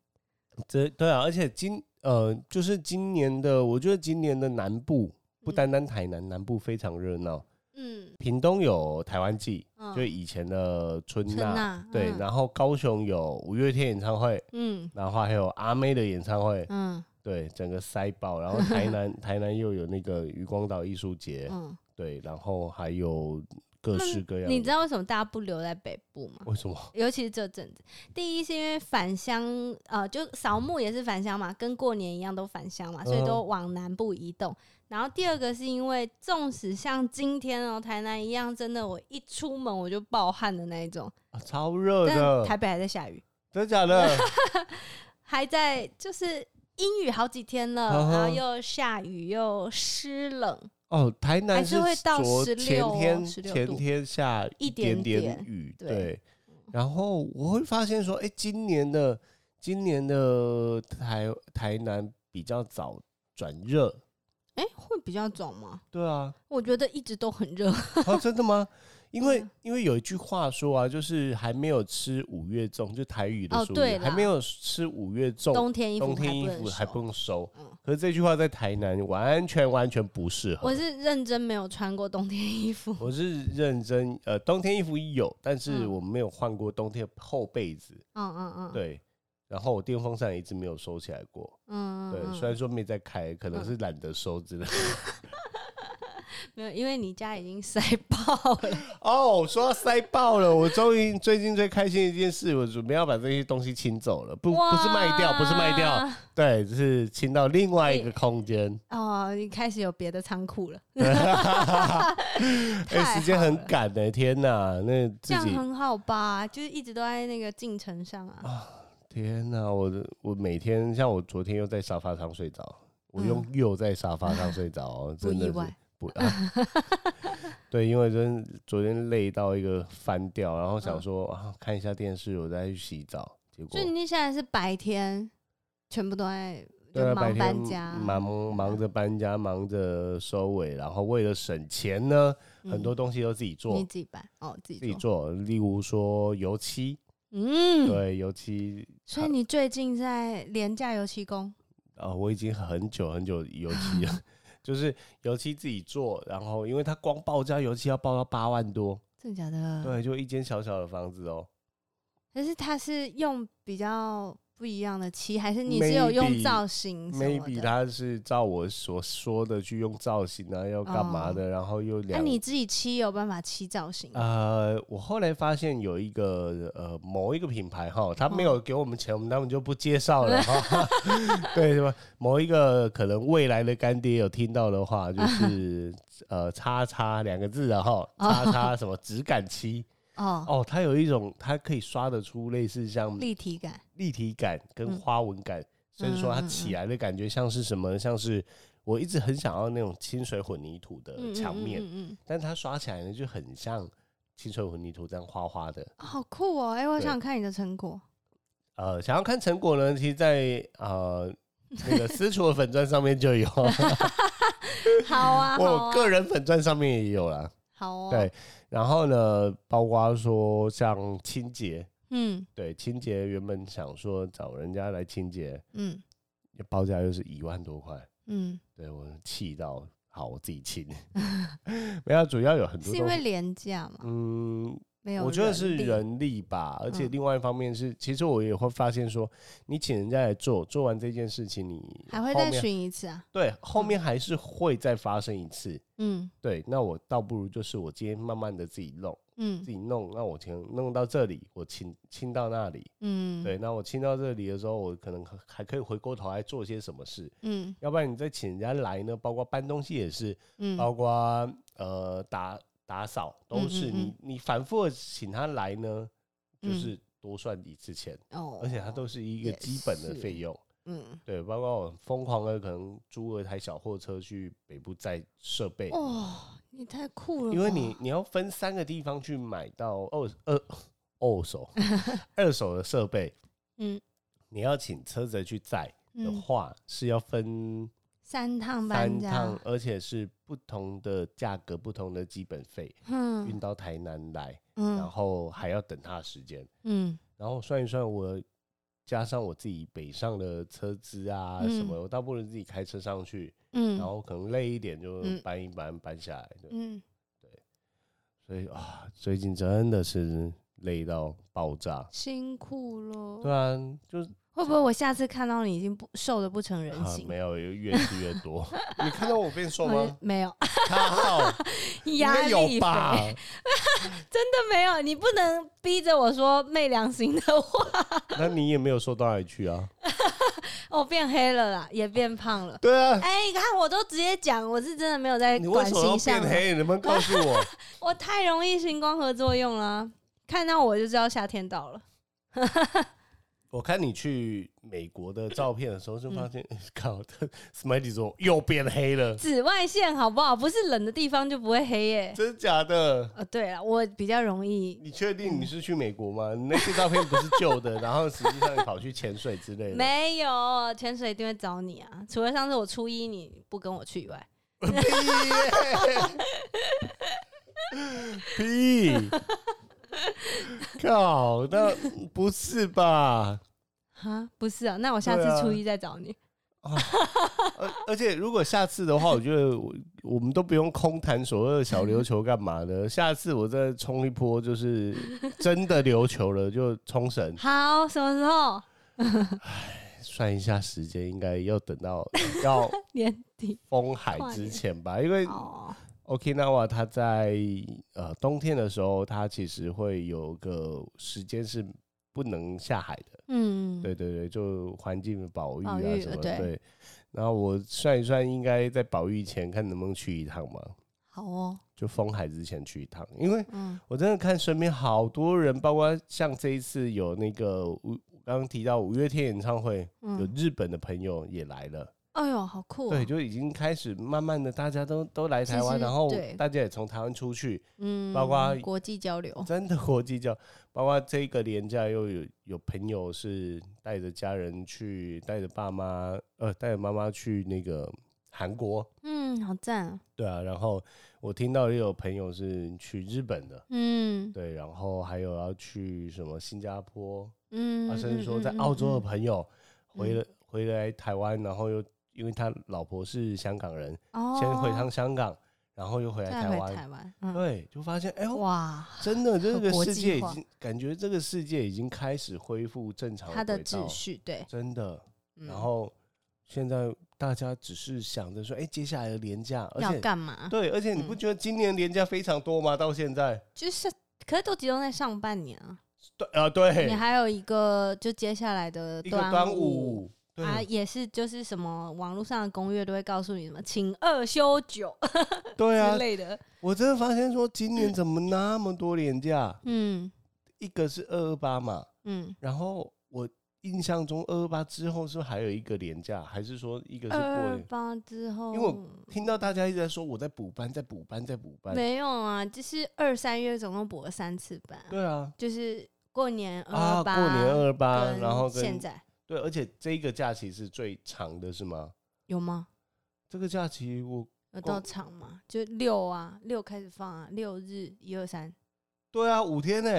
Speaker 2: 这对啊，而且今呃，就是今年的，我觉得今年的南部不
Speaker 1: 嗯
Speaker 2: 单单台南，南部非常热闹。
Speaker 1: 嗯
Speaker 2: 屏东有台湾季，
Speaker 1: 嗯，
Speaker 2: 就以前的春
Speaker 1: 春
Speaker 2: 娜，
Speaker 1: 娜
Speaker 2: 对，
Speaker 1: 嗯
Speaker 2: 然后高雄有五月天演唱会，
Speaker 1: 嗯
Speaker 2: 然后还有阿妹的演唱会，
Speaker 1: 嗯
Speaker 2: 对，整个塞爆。然后台南台南又有那个渔光岛艺术节，
Speaker 1: 嗯，
Speaker 2: 对，然后还有各
Speaker 1: 那
Speaker 2: 式各样的。
Speaker 1: 你知道为什么大家不留在北部吗？
Speaker 2: 为什么？
Speaker 1: 尤其是这阵子，第一是因为返乡，呃，就扫墓也是返乡嘛，跟过年一样都返乡嘛，所以
Speaker 2: 嗯
Speaker 1: 都往南部移动。然后第二个是因为，纵使像今天哦、台南一样，真的我一出门我就暴汗的那一种，
Speaker 2: 啊超热
Speaker 1: 但
Speaker 2: 的，
Speaker 1: 台北还在下雨，
Speaker 2: 真的假的？
Speaker 1: 还在就是阴雨好几天了，
Speaker 2: 嗯哼
Speaker 1: 然后又下雨又湿冷，
Speaker 2: 哦，台南
Speaker 1: 还是会到
Speaker 2: 昨
Speaker 1: 16
Speaker 2: 前
Speaker 1: 哦
Speaker 2: 天
Speaker 1: 16
Speaker 2: 前
Speaker 1: 度
Speaker 2: 天下
Speaker 1: 一
Speaker 2: 点
Speaker 1: 点
Speaker 2: 点
Speaker 1: 点
Speaker 2: 雨，
Speaker 1: 对
Speaker 2: 对。然后我会发现说，哎、今年的今年的台台南比较早转热，
Speaker 1: 哎、会比较早吗？
Speaker 2: 对啊，
Speaker 1: 我觉得一直都很热，
Speaker 2: 啊，真
Speaker 1: [LAUGHS]
Speaker 2: 的吗？因为
Speaker 1: 对啊
Speaker 2: 因为有一句话说啊，就是还没有吃五月粽，就台语的
Speaker 1: 哦
Speaker 2: 俗语，
Speaker 1: 对
Speaker 2: 还
Speaker 1: 啦
Speaker 2: 没有吃五月粽，
Speaker 1: 冬天衣服
Speaker 2: 冬
Speaker 1: 还
Speaker 2: 天
Speaker 1: 不
Speaker 2: 衣
Speaker 1: 能
Speaker 2: 服还
Speaker 1: 收
Speaker 2: 不用收。
Speaker 1: 嗯
Speaker 2: 可是这句话在台南完全完全不适合。
Speaker 1: 我是认真没有穿过冬天衣服。
Speaker 2: 我是认真，呃，冬天衣服有，但是
Speaker 1: 嗯
Speaker 2: 我没有换过冬天厚被子，
Speaker 1: 嗯嗯嗯，，
Speaker 2: 对。然后我电风扇也一直没有收起来过，
Speaker 1: 嗯，
Speaker 2: 对，
Speaker 1: 嗯
Speaker 2: 虽然说没在开，可能是懒得收之类的。
Speaker 1: 没有，因为你家已经塞爆了。
Speaker 2: [LAUGHS] 哦，说到塞爆了，我终于最近最开心的一件事，我准备要把这些东西清走了， [LAUGHS] 不不是卖掉，不是卖掉，
Speaker 1: 哇。
Speaker 2: 对，是清到另外一个空间。
Speaker 1: 哦，你开始有别的仓库
Speaker 2: [LAUGHS]
Speaker 1: 了， [LAUGHS]
Speaker 2: 哎，时间很赶的，天哪，那
Speaker 1: 这
Speaker 2: 自
Speaker 1: 样
Speaker 2: 己
Speaker 1: 很好吧？就是一直都在那个进程上啊。
Speaker 2: 天呐，我的我每天像我昨天又在沙发上睡着，我用又在沙发上睡着哦、
Speaker 1: 嗯不
Speaker 2: 真的
Speaker 1: 意
Speaker 2: 是
Speaker 1: 外，
Speaker 2: 不、啊对，因为真的昨天累到一个翻掉，然后想说、啊看一下电视，我再去洗澡，结果
Speaker 1: 嗯所以你现在是白天，全部都在就
Speaker 2: 对啊，白
Speaker 1: 忙
Speaker 2: 天
Speaker 1: 搬家，
Speaker 2: 忙忙着搬家，忙着收尾，然后为了省钱呢，
Speaker 1: 嗯
Speaker 2: 很多东西都自己做
Speaker 1: 你，自己搬哦，自
Speaker 2: 自
Speaker 1: 己
Speaker 2: 己
Speaker 1: 做。
Speaker 2: 做，例如说油漆，
Speaker 1: 嗯，
Speaker 2: 对，油漆
Speaker 1: 所以你最近在廉价油漆工，
Speaker 2: 啊、我已经很久很久油漆
Speaker 1: [LAUGHS]
Speaker 2: 了，就是油漆自己做，然后因为它光报价油漆要报到八万多，
Speaker 1: 真的假的？。
Speaker 2: 对，就一间小小的房子哦，
Speaker 1: 可是它是用比较不一样的漆，还是你是
Speaker 2: Maybe-
Speaker 1: 有用造型什么
Speaker 2: maybe
Speaker 1: 的？
Speaker 2: 它是照我所说的去用造型啊，要干嘛的，然后又
Speaker 1: 哦那、
Speaker 2: 两。
Speaker 1: 你自己漆有办法漆造型？
Speaker 2: 呃，我后来发现有一个呃某一个品牌哈，他没有
Speaker 1: 哦
Speaker 2: 给我们钱，我们当然就不介绍
Speaker 1: [LAUGHS]
Speaker 2: 了哈。 [LAUGHS] 对，什么某一个可能未来的干爹有听到
Speaker 1: [LAUGHS]
Speaker 2: 的话，就是呃“叉叉”两个字啊哈，“叉叉”什么质感漆，
Speaker 1: [LAUGHS] 哦，
Speaker 2: 哦，它有一种它可以刷得出类似像
Speaker 1: 立嗯体感，
Speaker 2: 立体感跟花纹感，甚至说它
Speaker 1: 嗯
Speaker 2: 起来的感觉像是什么，像是我一直很想要那种清水混凝土的
Speaker 1: 嗯
Speaker 2: 墙呃面，
Speaker 1: 嗯嗯嗯嗯
Speaker 2: 但它刷起来呢就很像清水混凝土这样花花的。
Speaker 1: 哦好酷哦！哎，我
Speaker 2: 对
Speaker 1: 想看你的成
Speaker 2: [LAUGHS]
Speaker 1: 果，
Speaker 2: 呃，想要看成果呢，其实在呃。
Speaker 1: [LAUGHS]
Speaker 2: 那个私厨的粉钻上面就有，
Speaker 1: 好啊，好
Speaker 2: 我
Speaker 1: 啊，
Speaker 2: 个人粉钻上面也有啦。
Speaker 1: 好哦，
Speaker 2: 对，然后呢，包括说像清洁，
Speaker 1: 嗯
Speaker 2: 对清洁原本想说找人家来清洁，
Speaker 1: 嗯
Speaker 2: 报价又是一万多块，
Speaker 1: 嗯，
Speaker 2: 对我气到，好，我自
Speaker 1: [LAUGHS]
Speaker 2: 己清。没有，主要有很多
Speaker 1: 是因
Speaker 2: 东
Speaker 1: 为
Speaker 2: 西，
Speaker 1: 廉价吗？
Speaker 2: 嗯，
Speaker 1: 没有，
Speaker 2: 我觉得是，人力吧，而且
Speaker 1: 嗯
Speaker 2: 另外一方面是，其实我也会发现说，你请人家来做，做完这件事情你，
Speaker 1: 还会
Speaker 2: 后
Speaker 1: 再
Speaker 2: 面
Speaker 1: 巡一次啊？
Speaker 2: 对后面还是会再发生一次。
Speaker 1: 嗯
Speaker 2: 对，那我倒不如就是我今天慢慢的自己弄，自
Speaker 1: 嗯
Speaker 2: 己弄，那我清弄到这里，我清清到那里，
Speaker 1: 嗯，
Speaker 2: 对，，那我清到这里的时候，我可能还还可以回过头来做些什么事，
Speaker 1: 嗯
Speaker 2: 要不然你再请人家来呢，包括搬东西也是，包
Speaker 1: 嗯
Speaker 2: 括呃打打扫都是
Speaker 1: 嗯嗯
Speaker 2: 你你反复的请他来呢，就
Speaker 1: 嗯
Speaker 2: 是多算一次钱，
Speaker 1: 哦
Speaker 2: 而且它都是一个
Speaker 1: 也
Speaker 2: 基本
Speaker 1: 是
Speaker 2: 的费用。
Speaker 1: 嗯
Speaker 2: 对，包括我疯狂的可能租了台小货车去北部载设备，
Speaker 1: 哦，你太酷了吧，
Speaker 2: 因为你你要分三个地方去买到二二二手
Speaker 1: [LAUGHS]
Speaker 2: 二手的设备，
Speaker 1: 嗯
Speaker 2: 你要请车子去载的
Speaker 1: 嗯
Speaker 2: 话，是要分
Speaker 1: 三趟搬
Speaker 2: 三
Speaker 1: 家
Speaker 2: 趟，，而且是不同的价格、不同的基本费，运
Speaker 1: 嗯
Speaker 2: 到台南来，然
Speaker 1: 嗯
Speaker 2: 后还要等他的时间，
Speaker 1: 嗯
Speaker 2: 然后算一算我。加上我自己北上的车资啊什么，
Speaker 1: 嗯
Speaker 2: 我倒不如自己开车上去，
Speaker 1: 嗯，
Speaker 2: 然后可能累一点就
Speaker 1: 嗯
Speaker 2: 搬一搬，搬下来。对，
Speaker 1: 嗯
Speaker 2: 所以啊，最近真的是累到爆炸。
Speaker 1: 辛苦了，
Speaker 2: 对啊，就是
Speaker 1: 会不会我下次看到你已经不瘦的不成人
Speaker 2: 啊
Speaker 1: 形？
Speaker 2: 没有越吃越
Speaker 1: [LAUGHS]
Speaker 2: 多。你看到我变瘦
Speaker 1: 好像
Speaker 2: 吗？
Speaker 1: 没有， [LAUGHS]
Speaker 2: 靠，应
Speaker 1: 压
Speaker 2: 该
Speaker 1: 力
Speaker 2: 有
Speaker 1: 肥
Speaker 2: 吧？
Speaker 1: 真的 [LAUGHS] 没有，你不能逼着我说昧良心的话。 [LAUGHS]
Speaker 2: 那你也没有瘦到哪里去啊？
Speaker 1: 我哦变黑了啦，也变胖了。
Speaker 2: 对啊，
Speaker 1: 哎、你看我都直接讲，我是真的没有在
Speaker 2: 你为
Speaker 1: 管
Speaker 2: 什么要
Speaker 1: 形
Speaker 2: 变
Speaker 1: 象了，
Speaker 2: 黑？你能不能告诉我？
Speaker 1: 我太容易行光合作用啦。看到我就知道夏天到了。
Speaker 2: 我看你去美国的照片的时候，就发现，嗯 [LAUGHS] 靠，Smitty 说又变
Speaker 1: [LAUGHS]
Speaker 2: 黑了，
Speaker 1: 紫外线好不好？不是冷的地方就不会黑耶、
Speaker 2: 真假的？
Speaker 1: 呃，对了，我比较容易，
Speaker 2: 你确定你是去美国吗？你那些照片不是旧的， [LAUGHS] 然后实际上你跑去潜水之类 [LAUGHS] 的，
Speaker 1: 没有潜水一定会找你啊。除了上次我初一你不跟我去以外，
Speaker 2: 屁耶！屁！靠，那不是吧？
Speaker 1: 哈，不是啊，那我下次
Speaker 2: 对啊
Speaker 1: 初一再找你。
Speaker 2: 而而且如果下次的话，我觉得我我们都不用空谈所谓的小琉球干嘛的。下次我再冲一波，就是真的琉球了，就冲绳。
Speaker 1: 好，什么时候？
Speaker 2: 算一下时间，应该要等
Speaker 1: [LAUGHS]
Speaker 2: 到要
Speaker 1: 年底
Speaker 2: 封海之前吧，因为
Speaker 1: 哦。
Speaker 2: Okinawa 它在呃冬天的时候，它其实会有个时间是不能下海的。
Speaker 1: 嗯，
Speaker 2: 对对对，就环境保育啊
Speaker 1: 保育呃
Speaker 2: 什么
Speaker 1: 对
Speaker 2: 对。然后我算一算，应该在保育前看能不能去一趟嘛。
Speaker 1: 好哦，
Speaker 2: 就封海之前去一趟，因为
Speaker 1: 嗯
Speaker 2: 我真的看身边好多人，包括像这一次有那个五刚刚提到五月天演唱会，有
Speaker 1: 嗯，
Speaker 2: 日本的朋友也来了，
Speaker 1: 哎呦，好酷、哦，
Speaker 2: 对，就已经开始慢慢的大家都都来台湾，
Speaker 1: 其实
Speaker 2: 然后
Speaker 1: 对
Speaker 2: 大家也从台湾出去，
Speaker 1: 嗯，
Speaker 2: 包括
Speaker 1: 国际交流，
Speaker 2: [LAUGHS] 真的国际交，包括这个廉假又有有朋友是带着家人去，带着爸妈呃带着妈妈去那个韩国，
Speaker 1: 嗯，好赞啊、
Speaker 2: 对啊，然后我听到也有朋友是去日本的。
Speaker 1: 嗯
Speaker 2: 对，然后还有要去什么新加坡，
Speaker 1: 嗯，
Speaker 2: 啊，甚至
Speaker 1: 嗯
Speaker 2: 说在澳洲的，
Speaker 1: 嗯嗯
Speaker 2: 朋友回
Speaker 1: 嗯
Speaker 2: 了回来台湾，然后又因为他老婆是香港人，
Speaker 1: 嗯
Speaker 2: 先回
Speaker 1: 哦
Speaker 2: 趟香港，然后又回来
Speaker 1: 再
Speaker 2: 台
Speaker 1: 回
Speaker 2: 湾，
Speaker 1: 台湾，嗯，
Speaker 2: 对，就发现哎呦，
Speaker 1: 哇，[LAUGHS]
Speaker 2: 真的这
Speaker 1: 很
Speaker 2: 个
Speaker 1: 国
Speaker 2: 世
Speaker 1: 际
Speaker 2: 界已
Speaker 1: 化
Speaker 2: 经感觉这个世界已经开始恢复正常
Speaker 1: 它的
Speaker 2: 轨
Speaker 1: 秩
Speaker 2: 道，
Speaker 1: 序，对，
Speaker 2: 真的。
Speaker 1: 嗯
Speaker 2: 然后现在大家只是想着说，哎，接下来的廉价，而
Speaker 1: 要
Speaker 2: 且
Speaker 1: 干嘛？
Speaker 2: 对，而且你不
Speaker 1: 嗯
Speaker 2: 觉得今年廉价非常多吗？到现在，
Speaker 1: 就是，可是都集中在上半年啊，
Speaker 2: 对啊，对，
Speaker 1: 你还有一个就接下来的
Speaker 2: 一个端
Speaker 1: 午，
Speaker 2: 午，对
Speaker 1: 啊，也是就是什么网络上的攻略都会告诉你什么请二休九
Speaker 2: 对啊
Speaker 1: 之，类的，
Speaker 2: 我真的发现说今年怎么那么多廉价？
Speaker 1: 嗯
Speaker 2: 一个是二二八嘛，
Speaker 1: 嗯，
Speaker 2: 然后我印象中二二八之后是不是还有一个廉价，还是说一个是过
Speaker 1: 二
Speaker 2: 年？
Speaker 1: 八之后，
Speaker 2: 因为我听到大家一直在说我在补班，在补班，在补班。
Speaker 1: 没有啊，就是二三月总共补了三次班，
Speaker 2: 对啊，
Speaker 1: 就是过年二
Speaker 2: 啊，过
Speaker 1: 八、
Speaker 2: 年二二八，然后跟
Speaker 1: 现在
Speaker 2: 对，而且这个假期是最长的，是吗？
Speaker 1: 有吗？
Speaker 2: 这个假期我
Speaker 1: 有
Speaker 2: 光
Speaker 1: 到场吗？就六啊，六开始放啊，六日一二三，
Speaker 2: 对啊，五天呢、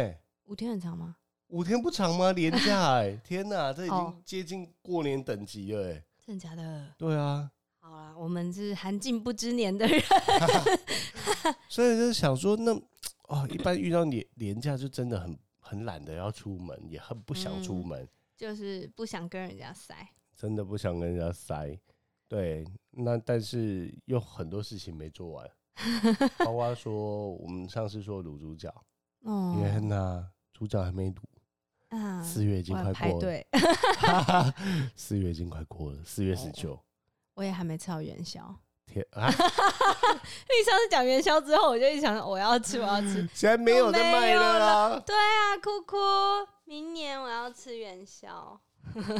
Speaker 1: 五天很长吗？
Speaker 2: 五天不长吗？连假哎、天哪，这已
Speaker 1: 哦
Speaker 2: 经接近过年等级了、欸。
Speaker 1: 真的假的？
Speaker 2: 对啊，
Speaker 1: 好啦，我们是寒尽不知年的人， [LAUGHS]
Speaker 2: 所以就是想说那，哦，一般遇到年年假就真的很很懒得要出门，也很不想出
Speaker 1: 嗯
Speaker 2: 门，
Speaker 1: 就是不想跟人家塞。
Speaker 2: 真的不想跟人家塞。对，那但是又很多事情没做完，包括说我们上次说卤猪脚，
Speaker 1: 哦，
Speaker 2: 天哪，猪脚还没卤，
Speaker 1: 啊，
Speaker 2: 四月已经
Speaker 1: 我
Speaker 2: 快
Speaker 1: 要排
Speaker 2: 过了，
Speaker 1: 队，
Speaker 2: [LAUGHS] 四月已经快过了，四月
Speaker 1: 哦
Speaker 2: 十九。
Speaker 1: 我也还没吃到元宵。
Speaker 2: 天
Speaker 1: 因为
Speaker 2: 啊！
Speaker 1: 上次讲元宵之后，我就一直想说我要吃，我要 [LAUGHS] 吃。
Speaker 2: 现在没有在卖了啦，
Speaker 1: 对啊，哭哭，明年我要吃元宵。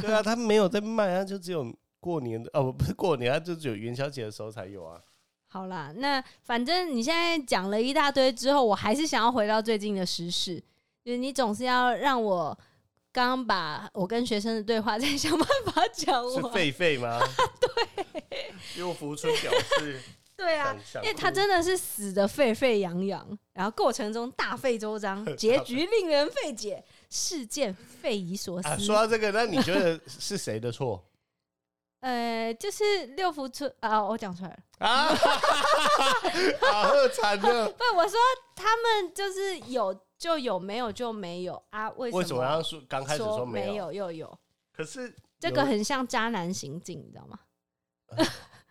Speaker 2: 对啊，他没有在卖，他就只有过年的哦，不是过年，他就只有元宵节的时候才有啊。
Speaker 1: 好啦，那反正你现在讲了一大堆之后，我还是想要回到最近的时事，就是你总是要让我刚刚把我跟学生的对话再 [LAUGHS] 想办法讲
Speaker 2: 是
Speaker 1: 完。
Speaker 2: 狒
Speaker 1: [LAUGHS]
Speaker 2: 狒吗？对，又浮春表示
Speaker 1: 对啊
Speaker 2: 想，想
Speaker 1: 因为他真的是死的沸沸扬扬，然后过程中大费周 [LAUGHS] 章，结局令人费解，事件匪夷所
Speaker 2: 啊，
Speaker 1: 思。
Speaker 2: 说到这个，那你觉得是谁
Speaker 1: [LAUGHS]
Speaker 2: 的错
Speaker 1: 呃，就是六福村啊，我讲出来了。
Speaker 2: 啊？好惨
Speaker 1: [LAUGHS]
Speaker 2: 了！
Speaker 1: 不，我说他们就是有就有，没有就没有啊？为
Speaker 2: 为什么要说刚开始
Speaker 1: 说
Speaker 2: 说没有？
Speaker 1: 有又有？
Speaker 2: 可是
Speaker 1: 这个
Speaker 2: 有
Speaker 1: 很像渣男行径，你知道吗？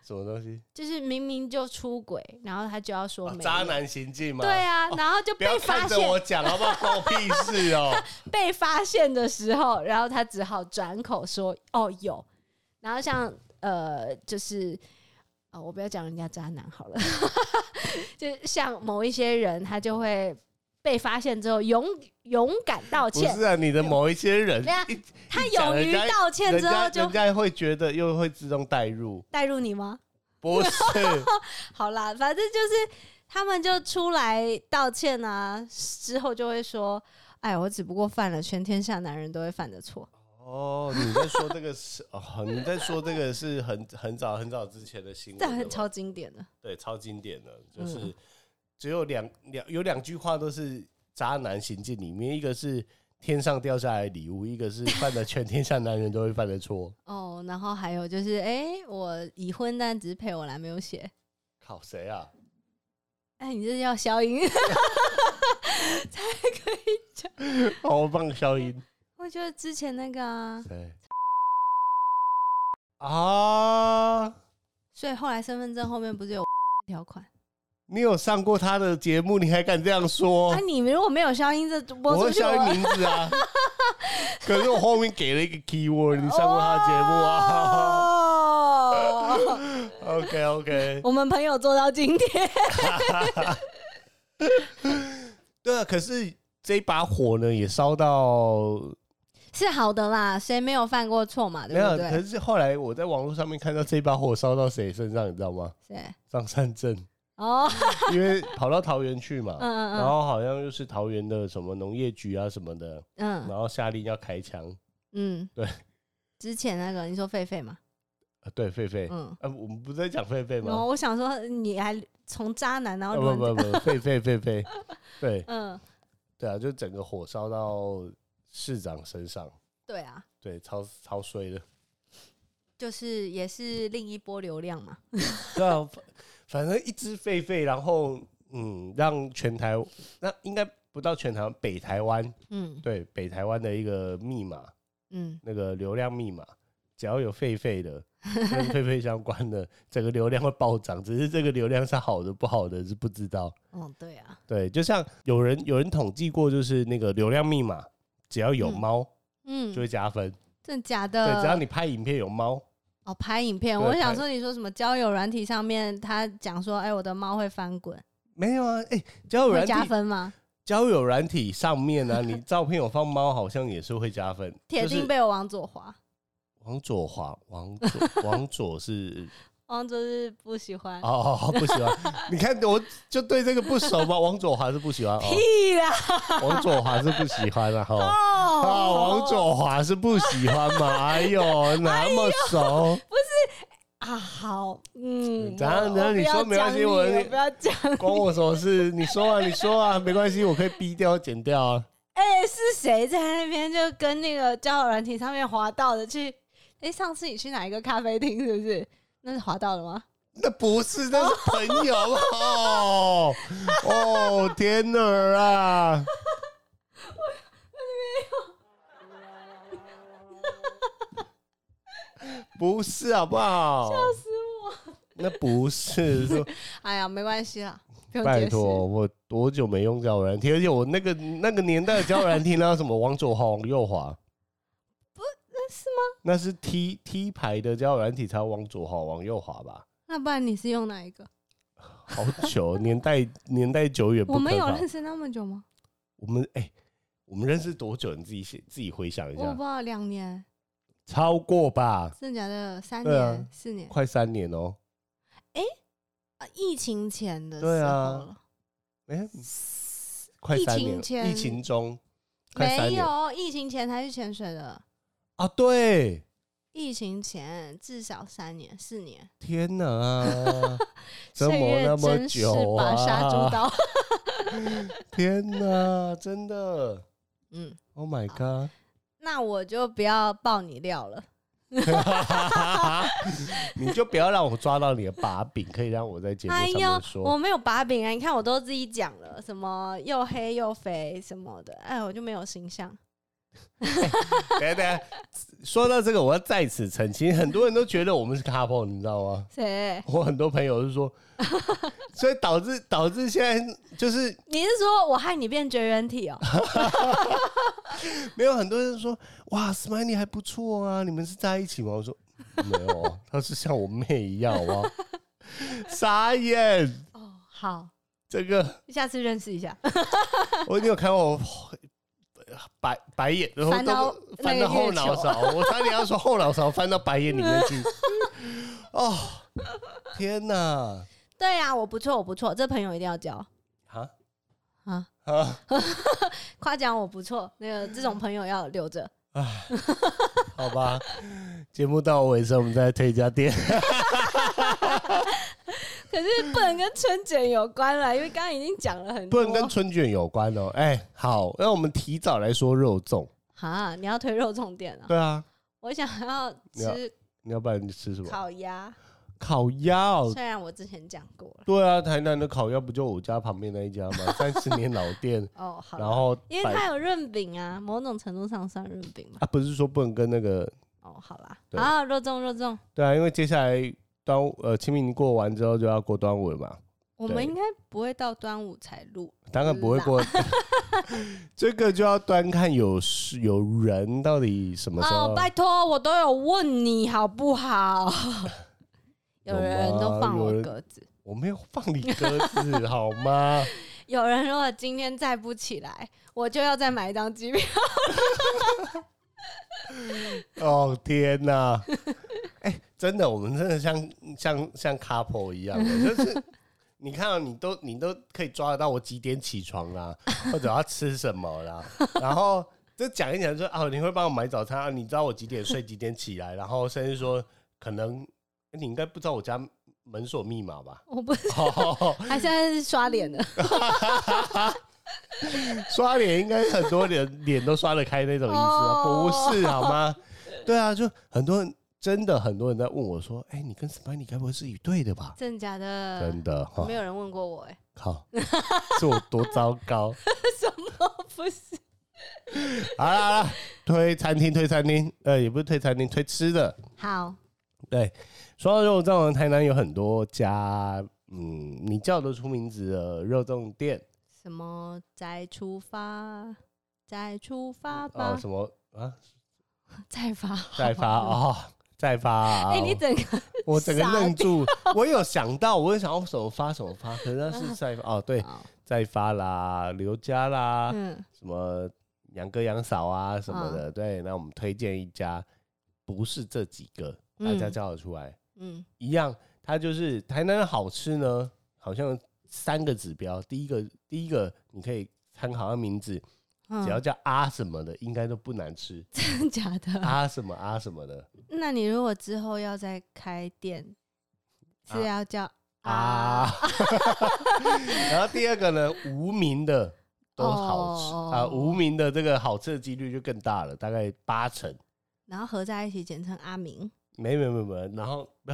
Speaker 2: 什么东西？
Speaker 1: 就是明明就出轨，然后他就要说
Speaker 2: 啊
Speaker 1: 没有、
Speaker 2: 渣男行径吗？哦
Speaker 1: 对啊，然后就
Speaker 2: 不要
Speaker 1: 被
Speaker 2: 看
Speaker 1: 发
Speaker 2: 着
Speaker 1: 现，
Speaker 2: 我讲，好不好？关我屁事
Speaker 1: [LAUGHS]
Speaker 2: 哦！
Speaker 1: 被发现的时候，然后他只好转口说哦有，然后像呃就是。呃，我不要讲人家渣男好了， [LAUGHS] 就是像某一些人，他就会被发现之后勇勇敢道
Speaker 2: 不
Speaker 1: 歉
Speaker 2: 是，啊，你的某一些人
Speaker 1: 没有啊
Speaker 2: 一
Speaker 1: 他
Speaker 2: 讲
Speaker 1: 勇于
Speaker 2: 人家
Speaker 1: 道歉之后
Speaker 2: 人家
Speaker 1: 就
Speaker 2: 人家会觉得又会自动带入，
Speaker 1: 带入你吗？
Speaker 2: 不是？
Speaker 1: [LAUGHS] 好啦，反正就是他们就出来道歉啊，之后就会说：“哎，我只不过犯了全天下男人都会犯的错。
Speaker 2: 哦，你在说这个是哦，你在说这个是很很早很早之前的”新闻
Speaker 1: 这
Speaker 2: 了吧，
Speaker 1: 很超经典的，
Speaker 2: 对超经典的，就是
Speaker 1: 嗯
Speaker 2: 只有两两有两句话都是渣男行径里面，一个是天上掉下来的礼物，一个是犯了全天下男人都会犯的错。
Speaker 1: 哦。然后还有就是，哎、我已婚，但只是配偶栏没有写。
Speaker 2: 靠谁啊？
Speaker 1: 哎，你这是要消音？ [LAUGHS]
Speaker 2: 好棒消音，
Speaker 1: 我觉得之前那个啊，
Speaker 2: 对啊。
Speaker 1: 所以后来身份证后面不是有 [LAUGHS] 条款？
Speaker 2: 你有上过他的节目，你还敢这样说？
Speaker 1: 啊，你们如果没有消音，这播
Speaker 2: 哦我
Speaker 1: 出
Speaker 2: 会
Speaker 1: 去
Speaker 2: 消
Speaker 1: 我
Speaker 2: 音名
Speaker 1: [LAUGHS]
Speaker 2: 字啊。可是我后面给了一个 keyword，你上过他的节目啊 [LAUGHS]
Speaker 1: 哦，
Speaker 2: ？OK OK，
Speaker 1: 我们朋友做到今天， [LAUGHS]
Speaker 2: 对啊。可是这把火呢，也烧到
Speaker 1: 是好的啦，谁没有犯过错嘛？
Speaker 2: 没
Speaker 1: 对
Speaker 2: 有。啊
Speaker 1: 不对？
Speaker 2: 可是后来我在网络上面看到这把火烧到谁身上，你知道吗？
Speaker 1: 谁？
Speaker 2: 张善
Speaker 1: [LAUGHS]
Speaker 2: 政，
Speaker 1: 哦，
Speaker 2: 因为跑到桃园去嘛，
Speaker 1: 嗯嗯
Speaker 2: 然后好像又是桃园的什么农业局啊什么的，
Speaker 1: 嗯
Speaker 2: 然
Speaker 1: 嗯
Speaker 2: 后下令要开枪。
Speaker 1: 嗯，
Speaker 2: 对。
Speaker 1: 之前那个你说狒狒嘛，
Speaker 2: 啊对，狒狒，
Speaker 1: 嗯，
Speaker 2: 呃，我们不是在讲狒狒
Speaker 1: 然后
Speaker 2: 吗？
Speaker 1: 我想说你还从渣男然后
Speaker 2: 啊不
Speaker 1: 轮
Speaker 2: 不不，狒狒
Speaker 1: [LAUGHS]
Speaker 2: 狒狒，对。
Speaker 1: 嗯，
Speaker 2: 对啊，就整个火烧到市长身上，
Speaker 1: 对啊，
Speaker 2: 对，超超衰的。
Speaker 1: 就是也是另一波流量嘛，
Speaker 2: [LAUGHS] 对啊，反反正一只狒狒，然后嗯，让全台那应该不到全台湾，北台湾
Speaker 1: 嗯
Speaker 2: 对北台湾的一个密码，
Speaker 1: 嗯，
Speaker 2: 那个流量密码，只要有狒狒的跟狒狒相关的，整个流量会暴涨。只是这个流量是好的不好的是不知道。
Speaker 1: 哦对啊，
Speaker 2: 对，就像有人有人统计过，就是那个流量密码，只要有
Speaker 1: 嗯
Speaker 2: 猫就
Speaker 1: 嗯呃
Speaker 2: 会加分，
Speaker 1: 真的假
Speaker 2: 对，只要
Speaker 1: 的？
Speaker 2: 你拍影片有猫，
Speaker 1: 哦，拍影片，
Speaker 2: 对
Speaker 1: 我想
Speaker 2: 拍
Speaker 1: 说，你说什么交友软体上面，他讲说，哎、我的猫会翻滚，
Speaker 2: 没有啊？哎、交友
Speaker 1: 会
Speaker 2: 软
Speaker 1: 加
Speaker 2: 体，
Speaker 1: 分吗？
Speaker 2: 交友软体上面呢、啊，你照片有放猫，好像也是会加分。
Speaker 1: 铁
Speaker 2: 就是
Speaker 1: 定被我往左滑，
Speaker 2: 往左滑，往左，往左是
Speaker 1: 往左是不喜欢。 [LAUGHS]
Speaker 2: 哦哦，不喜欢。你看，我就对这个不熟嘛，往左滑是不
Speaker 1: [LAUGHS]
Speaker 2: 喜欢，哦，
Speaker 1: 屁啦！
Speaker 2: 往左滑是不喜欢啊，哈。
Speaker 1: 哦
Speaker 2: 啊，往左滑是不喜欢嘛？哎呦，那
Speaker 1: [LAUGHS]
Speaker 2: 么
Speaker 1: 哎
Speaker 2: 熟，
Speaker 1: 啊，好，嗯，
Speaker 2: 怎样
Speaker 1: 我
Speaker 2: 怎样
Speaker 1: 我不
Speaker 2: 你
Speaker 1: 要
Speaker 2: 说没关系
Speaker 1: 讲你
Speaker 2: 我
Speaker 1: 我不要讲。
Speaker 2: 关我什么事？你说啊，你说啊，没关系，我可以逼掉、剪掉啊。
Speaker 1: 哎、是谁在那边就跟那个交友软体上面滑到的去？哎、上次你去哪一个咖啡厅是不是？那是滑到了吗？
Speaker 2: 那不是，那是朋友哦哦，天哪儿啊！不是好不好？笑死我！那不是，说
Speaker 1: 哎呀，没关系啦，不用
Speaker 2: 拜
Speaker 1: 解释。
Speaker 2: 托，我多久没用交友软体？而且我那个那个年代的交友软体，那有什么往左滑、往右滑？
Speaker 1: 那是吗？
Speaker 2: 那是 T T 牌的交友软体才要往左滑、往右滑吧？
Speaker 1: 那不然你是用哪一个？
Speaker 2: 好久，年代年代久远，不
Speaker 1: 我们
Speaker 2: 可
Speaker 1: 有
Speaker 2: 靠
Speaker 1: 认识那么久吗？
Speaker 2: 我们哎、我们认识多久？你自己写自己回想一
Speaker 1: 我
Speaker 2: 下
Speaker 1: 不知，道，两年，
Speaker 2: 超过吧，
Speaker 1: 真的假的？三
Speaker 2: 对
Speaker 1: 年、
Speaker 2: 啊
Speaker 1: 四年、
Speaker 2: 快三年哦、
Speaker 1: 啊，疫情前的时候
Speaker 2: 对啊
Speaker 1: 了。
Speaker 2: 哎、快
Speaker 1: 疫
Speaker 2: 三
Speaker 1: 情
Speaker 2: 年了，
Speaker 1: 前
Speaker 2: 疫情中，快三
Speaker 1: 没
Speaker 2: 年
Speaker 1: 有，疫情前才去潜水的。
Speaker 2: 啊！对，
Speaker 1: 疫情前至少三年、四年，
Speaker 2: 天哪、啊，
Speaker 1: [LAUGHS]
Speaker 2: 怎
Speaker 1: 岁
Speaker 2: 么
Speaker 1: 月
Speaker 2: 那么
Speaker 1: 真是
Speaker 2: 久
Speaker 1: 把杀猪
Speaker 2: 啊？ [LAUGHS]
Speaker 1: 刀。
Speaker 2: 天哪、真的
Speaker 1: 嗯，
Speaker 2: ，Oh
Speaker 1: [LAUGHS]
Speaker 2: my god！
Speaker 1: 那我就不要爆你料了。
Speaker 2: 你就不要让我抓到你的把柄，可以让我在节目
Speaker 1: 哎
Speaker 2: 上
Speaker 1: 呦
Speaker 2: 面，
Speaker 1: 我
Speaker 2: 说。
Speaker 1: 没有把柄啊！你看我都自己讲了，什么又黑又肥什么的，哎，我就没有形象。
Speaker 2: 等一下等一下，说到这个，我要在此澄清，很多人都觉得我们是 couple，你知道吗？
Speaker 1: 谁？
Speaker 2: 我很多朋友是
Speaker 1: [LAUGHS]
Speaker 2: 说，所以导致导致现在就是
Speaker 1: 你是说我害你变绝缘体 [LAUGHS] 哦？
Speaker 2: 没有很多人说哇，Smiley 还不错啊，你们是在一起吗？我说没有啊，他是像我妹一样，好不好？傻眼，
Speaker 1: 哦，好，
Speaker 2: 这个
Speaker 1: 下次认识一下。 [LAUGHS]
Speaker 2: 我你有看过我白白眼，然后
Speaker 1: 翻到
Speaker 2: 都
Speaker 1: 那
Speaker 2: 翻
Speaker 1: 个
Speaker 2: 到后
Speaker 1: 月
Speaker 2: 脑
Speaker 1: 球
Speaker 2: 勺，我差点要说后脑勺翻到白眼里面
Speaker 1: [LAUGHS]
Speaker 2: 去。哦，天哪！
Speaker 1: 对啊，我不错，我不错，这朋友一定要交
Speaker 2: 啊
Speaker 1: 啊！
Speaker 2: 啊！
Speaker 1: 夸奖我不错，那个这种朋友要留着。
Speaker 2: 好吧，节目到尾声，我们再推一家店。
Speaker 1: 可是不能跟春卷有关了，因为刚刚已经讲了很
Speaker 2: 不
Speaker 1: 多。
Speaker 2: 能跟春卷有关哦。哎、好，那我们提早来说肉粽。
Speaker 1: 啊，你要推肉重点啊！
Speaker 2: 对啊，
Speaker 1: 我想要
Speaker 2: 你要
Speaker 1: 吃
Speaker 2: 你要不然你吃什么？
Speaker 1: 烤鸭，
Speaker 2: 烤鸭哦。
Speaker 1: 虽然我之前讲过了。
Speaker 2: 对啊，台南的烤鸭不就我家旁边那一家
Speaker 1: [LAUGHS]
Speaker 2: 吗？三十年老店，
Speaker 1: 哦，好
Speaker 2: 然
Speaker 1: 啦，
Speaker 2: 后
Speaker 1: 因为
Speaker 2: 摆
Speaker 1: 它有润饼啊，某种程度上算润饼嘛。
Speaker 2: 啊，不是说不能跟那个
Speaker 1: 哦，好啦，
Speaker 2: 对
Speaker 1: 啊，肉粽肉粽，
Speaker 2: 对啊，因为接下来端午呃清明过完之后就要过端午了嘛，
Speaker 1: 我
Speaker 2: 对
Speaker 1: 们应该不会到端午才录，
Speaker 2: 当然不会过。 [LAUGHS] 这个就要端看有有人到底什么时候啊
Speaker 1: 哦，拜托，我都有问你好不好？ [LAUGHS] 有
Speaker 2: 有
Speaker 1: 人
Speaker 2: 吗
Speaker 1: 都放
Speaker 2: 有
Speaker 1: 我
Speaker 2: 人
Speaker 1: 鸽子，
Speaker 2: 我没有放你鸽
Speaker 1: [LAUGHS]
Speaker 2: 子好吗？
Speaker 1: 有人如果今天再不起来，我就要再买一张机票。
Speaker 2: 哦天哪！ [LAUGHS] 哎、真的，我们真的像像像 couple 一样的，就是你看到、你都你都可以抓得到我几点起床啦， [LAUGHS] 或者要吃什么啦，然后就讲一讲说哦，你会帮我买早餐啊？你知道我几点睡，几点起来，然后甚至说可能哎你应该不知道我家门锁密码吧？ [LAUGHS]
Speaker 1: 我不，
Speaker 2: 哦，
Speaker 1: 还现在是刷脸的，
Speaker 2: 刷脸应该很多人脸都刷得开那种意思吧？
Speaker 1: 哦
Speaker 2: 不是好吗？对啊，就很多人真的很多人在问我说：“哎、你跟 Smiley 该不会是一对的吧
Speaker 1: 真的假？”的？
Speaker 2: 真的啊哈
Speaker 1: 呃没，有人问过我哎、
Speaker 2: 靠，是我多糟糕！
Speaker 1: [LAUGHS] 什么 [LAUGHS] 不是？
Speaker 2: 好啦好啦，推餐厅推餐厅，呃，也不是推餐厅，推吃的。
Speaker 1: 好，
Speaker 2: 对，说到肉粽，台南有很多家，嗯，你叫得出名字的肉粽店
Speaker 1: 什么再出发，再出发吧
Speaker 2: 哦啊、？什么啊？
Speaker 1: 再发，
Speaker 2: 再发哦，再发啊！
Speaker 1: 哎、你整个
Speaker 2: 我整个
Speaker 1: 傻
Speaker 2: 愣住，我有想到，我有想要什么发什么发，可是那是再发哦，对，啊
Speaker 1: 哦
Speaker 2: 再发啦，刘家啦，
Speaker 1: 嗯，
Speaker 2: 什么杨哥杨嫂啊什么的，对，那我们推荐一家，不是这几个，大家
Speaker 1: 嗯
Speaker 2: 叫得出来，
Speaker 1: 嗯
Speaker 2: 一样，它就是台南的好吃呢，好像三个指标，第一个第一个你可以参考它名字，
Speaker 1: 嗯，
Speaker 2: 只要叫啊什么的，应该都不
Speaker 1: [LAUGHS]
Speaker 2: 难吃，
Speaker 1: 真的假的、
Speaker 2: 啊什么啊什么的，
Speaker 1: 那你如果之后要再开店，是
Speaker 2: 啊
Speaker 1: 要叫
Speaker 2: 啊， [LAUGHS] 然后第二个呢，无名的都好吃、
Speaker 1: 哦
Speaker 2: 啊，无名的这个好吃的几率就更大了，大概八成。
Speaker 1: 然后合在一起简称阿明。 [LAUGHS]
Speaker 2: 没没没没，然后不，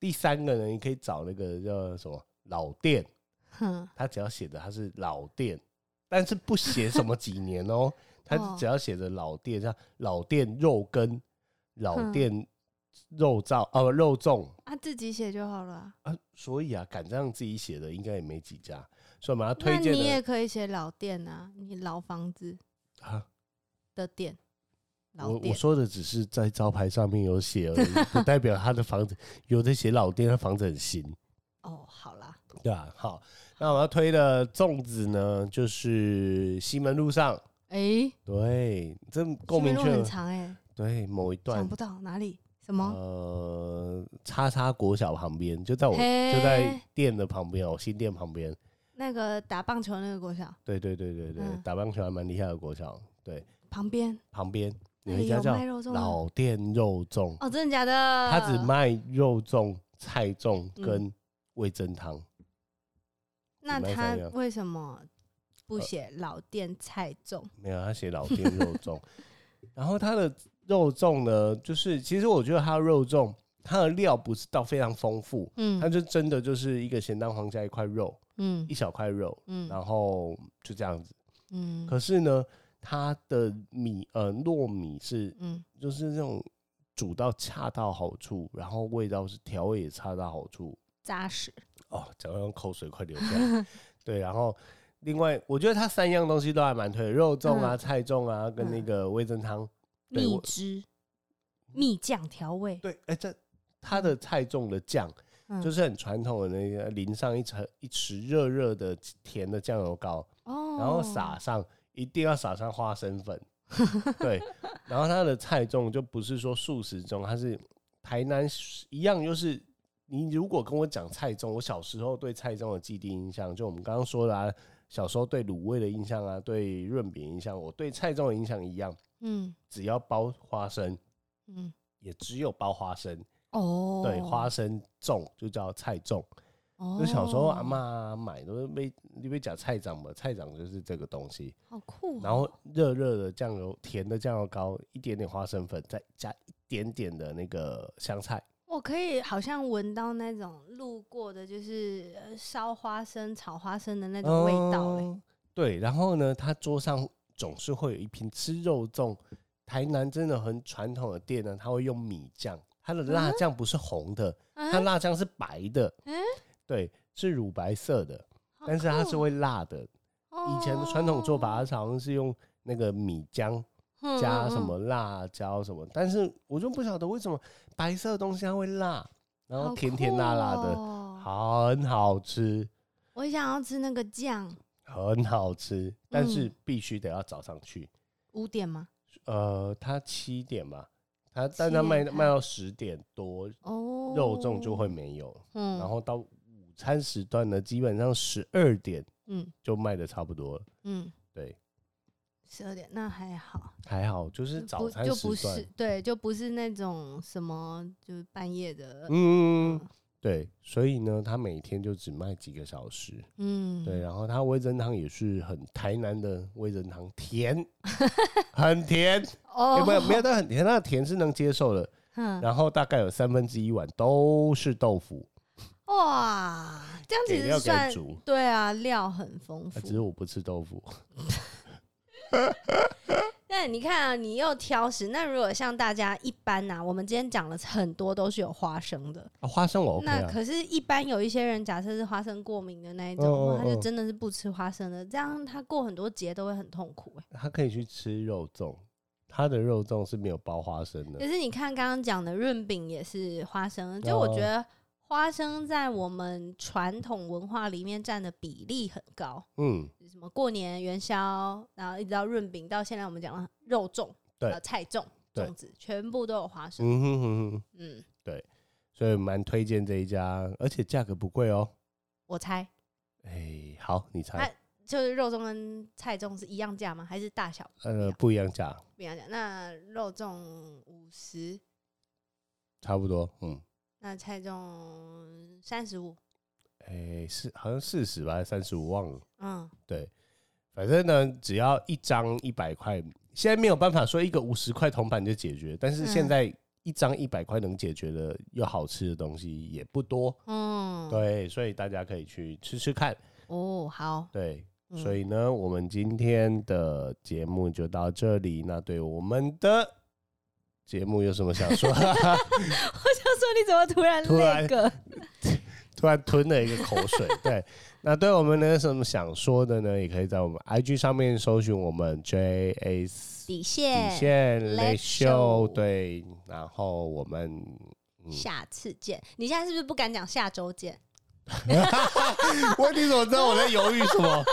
Speaker 2: 第三个呢，你可以找那个叫什么老店，
Speaker 1: 哼，
Speaker 2: 他只要写的他是老店，但是不写什么几年
Speaker 1: [LAUGHS]
Speaker 2: 哦，他
Speaker 1: 哦
Speaker 2: 只要写着老店，像老店肉羹、老
Speaker 1: 嗯
Speaker 2: 店肉燥哦、肉粽
Speaker 1: 啊，自己写就好了啊。
Speaker 2: 啊，所以啊，敢这样自己写的应该也没几家，所以我们
Speaker 1: 那
Speaker 2: 要推荐
Speaker 1: 你也
Speaker 2: 的
Speaker 1: 可以写老店啊，你老房子
Speaker 2: 啊，
Speaker 1: 的店，老
Speaker 2: 我我
Speaker 1: 店。
Speaker 2: 说的只是在招牌上面有写而已，不代表他的房子有的写老店，他房子很新。
Speaker 1: 哦，好啦，
Speaker 2: 对啊，好，那我要推的粽子呢，就是西门路上，
Speaker 1: 哎、
Speaker 2: 对，这够
Speaker 1: 西门
Speaker 2: 明
Speaker 1: 路
Speaker 2: 确
Speaker 1: 很
Speaker 2: 了，
Speaker 1: 长哎、
Speaker 2: 对，某一段
Speaker 1: 想，不到哪里什么、
Speaker 2: 呃，叉叉国小旁边，就在我
Speaker 1: 嘿
Speaker 2: 就在店的旁边哦，新店旁边，
Speaker 1: 那个打棒球那个国小
Speaker 2: 对对对对对，
Speaker 1: 嗯
Speaker 2: 打棒球还蛮厉害的国小，对，
Speaker 1: 旁边
Speaker 2: 旁边
Speaker 1: 那
Speaker 2: 有一
Speaker 1: 里
Speaker 2: 家
Speaker 1: 哎有
Speaker 2: 叫
Speaker 1: 卖肉粽吗？
Speaker 2: 老店肉粽，
Speaker 1: 哦，真的假的？
Speaker 2: 它只卖肉粽、菜粽
Speaker 1: 嗯
Speaker 2: 跟味噌汤，
Speaker 1: 那
Speaker 2: 只卖
Speaker 1: 他
Speaker 2: 三样呃
Speaker 1: 为什么不写老店菜粽？
Speaker 2: 没有，他写老店肉
Speaker 1: [LAUGHS]
Speaker 2: 粽。然后它的肉粽呢，就是其实我觉得它的肉粽，它的料不是到非常丰富，它
Speaker 1: 嗯
Speaker 2: 就真的就是一个咸蛋黄加一块肉，
Speaker 1: 嗯
Speaker 2: 一小块肉，
Speaker 1: 嗯
Speaker 2: 然后就这样子。
Speaker 1: 嗯
Speaker 2: 可是呢，它的米呃糯米是
Speaker 1: 嗯，
Speaker 2: 就是那种煮到恰到好处，然后味道是调味也恰到好处，
Speaker 1: 扎实。
Speaker 2: 哦，讲到口水快流下来。对，然后另外，我觉得它三样东西都还蛮推的，肉粽啊、
Speaker 1: 嗯
Speaker 2: 菜粽啊，跟那个味噌汤。对
Speaker 1: 蜜
Speaker 2: 我嗯
Speaker 1: 汁、蜜酱调味，
Speaker 2: 对，哎、这它的菜粽的酱
Speaker 1: 嗯
Speaker 2: 就是很传统的那个，淋上一层一匙热热的甜的酱油膏，
Speaker 1: 哦，
Speaker 2: 然后撒上一定要撒上花生
Speaker 1: [LAUGHS]
Speaker 2: 粉。对，然后它的菜粽就不是说素食粽，它是台南一样，就是你如果跟我讲菜粽，我小时候对菜粽的既定印象，就我们刚刚说的啊，小时候对卤味的印象啊，对润饼印象，我对菜粽的印象一样，
Speaker 1: 嗯
Speaker 2: 只要包花生，
Speaker 1: 嗯
Speaker 2: 也只有包花生，
Speaker 1: 哦，
Speaker 2: 对，花生粽就叫菜粽。
Speaker 1: 哦，
Speaker 2: 就小时候阿妈买都是被你被讲菜长嘛，菜长就是这个东西，
Speaker 1: 好酷哦，
Speaker 2: 然后热热的酱油，甜的酱油膏，一点点花生粉，再加一点点的那个香菜。
Speaker 1: 我可以好像闻到那种路过的，就是呃烧花生、炒花生的那种味道欸嘞。
Speaker 2: 嗯对，然后呢，他桌上总是会有一瓶吃肉粽。台南真的很传统的店呢，他会用米酱，它的辣酱不是红的，它
Speaker 1: 嗯，
Speaker 2: 辣酱是白的，
Speaker 1: 嗯
Speaker 2: 对，是乳白色的，
Speaker 1: 好
Speaker 2: 但是它是
Speaker 1: 酷
Speaker 2: 会辣的。
Speaker 1: 哦
Speaker 2: 以前的传统做法，它是好像是用那个米浆
Speaker 1: 嗯
Speaker 2: 加
Speaker 1: 嗯
Speaker 2: 什
Speaker 1: 嗯
Speaker 2: 么辣椒什么，但是我就不晓得为什么白色的东西它会辣，然后
Speaker 1: 好
Speaker 2: 甜甜辣辣
Speaker 1: 酷
Speaker 2: 的，
Speaker 1: 哦
Speaker 2: 很好吃，
Speaker 1: 我想要吃那个酱，
Speaker 2: 很好吃，但是
Speaker 1: 嗯
Speaker 2: 必须得要早上去。
Speaker 1: 五点吗？
Speaker 2: 呃，它七点吧，它但
Speaker 1: 七
Speaker 2: 它卖
Speaker 1: 点
Speaker 2: 卖到十点多，
Speaker 1: 哦，
Speaker 2: 肉粽就会，没有，
Speaker 1: 嗯，
Speaker 2: 然后到午餐时段呢，基本上十二点
Speaker 1: 嗯
Speaker 2: 就卖的差不多了。
Speaker 1: 嗯，
Speaker 2: 对，
Speaker 1: 十二点那还好，
Speaker 2: 还好，就是
Speaker 1: 就
Speaker 2: 早
Speaker 1: 不
Speaker 2: 餐
Speaker 1: 就不
Speaker 2: 时
Speaker 1: 是
Speaker 2: 段，
Speaker 1: 对，就不是那种什么就是半夜的，
Speaker 2: 嗯
Speaker 1: 嗯，
Speaker 2: 对，所以呢，它每天就只卖几个小时。
Speaker 1: 嗯，
Speaker 2: 对，，啊然后它味噌汤也是很台南的味噌汤，甜， [LAUGHS] 很甜，
Speaker 1: 哦
Speaker 2: 有哎没有没有，但很甜，那甜是能接受的。
Speaker 1: [LAUGHS] 嗯，
Speaker 2: 然后大概有三分之一碗都是豆腐，
Speaker 1: 哇，这样其
Speaker 2: 给
Speaker 1: 实
Speaker 2: 料给
Speaker 1: 算
Speaker 2: 足。
Speaker 1: 对啊，料很丰
Speaker 2: 啊只是
Speaker 1: 富。
Speaker 2: 我不吃豆腐，
Speaker 1: 那你看啊，你又挑食。那如果像大家一般呐、我们今天讲了很多都是有花生的，
Speaker 2: 啊花生我 OK
Speaker 1: 哦那
Speaker 2: 啊，
Speaker 1: 可是，一般有一些人假设是花生过敏的那一种，
Speaker 2: 哦哦
Speaker 1: 他就
Speaker 2: 哦
Speaker 1: 真的是不吃花生的，这样他过很多节都会很痛苦、欸。
Speaker 2: 他可以去吃肉粽，它的肉粽是没有包花生的
Speaker 1: 可。是你看刚刚讲的润饼也是花生，就我觉
Speaker 2: 哦
Speaker 1: 得花生在我们传统文化里面占的比例很高，
Speaker 2: 嗯，
Speaker 1: 什么过年元宵，然后一直到润饼，到现在我们讲了肉粽、
Speaker 2: 对
Speaker 1: 呃菜粽、
Speaker 2: 对
Speaker 1: 粽子，全部都有花生。
Speaker 2: 嗯哼哼哼，
Speaker 1: 嗯，
Speaker 2: 所以蛮推荐这一家，而且价格不贵哦。
Speaker 1: 我猜
Speaker 2: 哎，好，你猜
Speaker 1: 哎，就是肉粽跟菜粽是一样价吗？还是大小
Speaker 2: 呃，不一样价，
Speaker 1: 不一样价？那肉粽五十，
Speaker 2: 差不多，嗯，
Speaker 1: 那菜粽三十五。
Speaker 2: 哎，是好像四十吧，还是三十五忘了。
Speaker 1: 嗯，
Speaker 2: 对，反正呢，只要一张一百块，现在没有办法说一个五十块铜板就解决，但是
Speaker 1: 嗯
Speaker 2: 现在一张一百块能解决的又好吃的东西也不多，
Speaker 1: 嗯，
Speaker 2: 对，所以大家可以去吃吃看，
Speaker 1: 哦，好，
Speaker 2: 对。
Speaker 1: 嗯
Speaker 2: 所以呢，我们今天的节目就到这里。那对我们的节目有什么想说？
Speaker 1: 我
Speaker 2: [LAUGHS]
Speaker 1: 想说，你怎么突然
Speaker 2: 突然
Speaker 1: 那个？
Speaker 2: 突然吞了一个口水。
Speaker 1: [LAUGHS]
Speaker 2: 对，那对我们呢有什么想说的呢？也可以在我们 IG 上面搜寻我们 JAC
Speaker 1: 底
Speaker 2: 底
Speaker 1: 线，
Speaker 2: 线
Speaker 1: Let's
Speaker 2: Let's Show，
Speaker 1: show
Speaker 2: 对，然后我 [LAUGHS] 们嗯
Speaker 1: 下次见。你现在是不是不敢讲下周见？
Speaker 2: 我你怎么知道我在犹豫什 [LAUGHS] 么？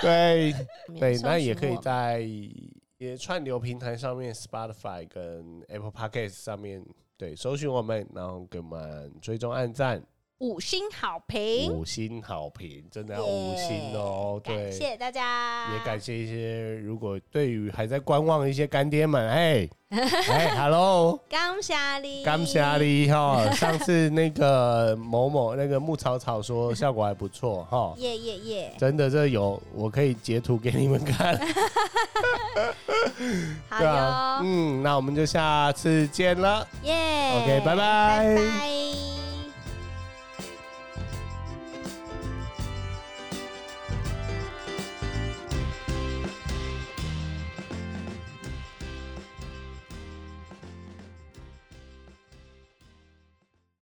Speaker 2: 对对，那也可以
Speaker 1: 搜寻
Speaker 2: 在也串流平台上面，Spotify 跟 Apple Podcast 上面。对，搜寻我们，然后给我们追踪、按赞、
Speaker 1: 我五星好评，
Speaker 2: 五星好评，真的要五星哦！
Speaker 1: 耶
Speaker 2: 对，
Speaker 1: 感谢大家，
Speaker 2: 也感谢一些如果对于还在观望的一些干爹们， [LAUGHS] 哎哎，hello，
Speaker 1: 感谢你，
Speaker 2: 感谢你哈！上次那个某某那个木草草说效果还不错哈，
Speaker 1: 耶耶耶！
Speaker 2: 真的这有我可以截图给你们看，
Speaker 1: 好哟，
Speaker 2: 啊嗯，那我们就下次见了
Speaker 1: 耶
Speaker 2: ，OK，拜拜
Speaker 1: 拜拜。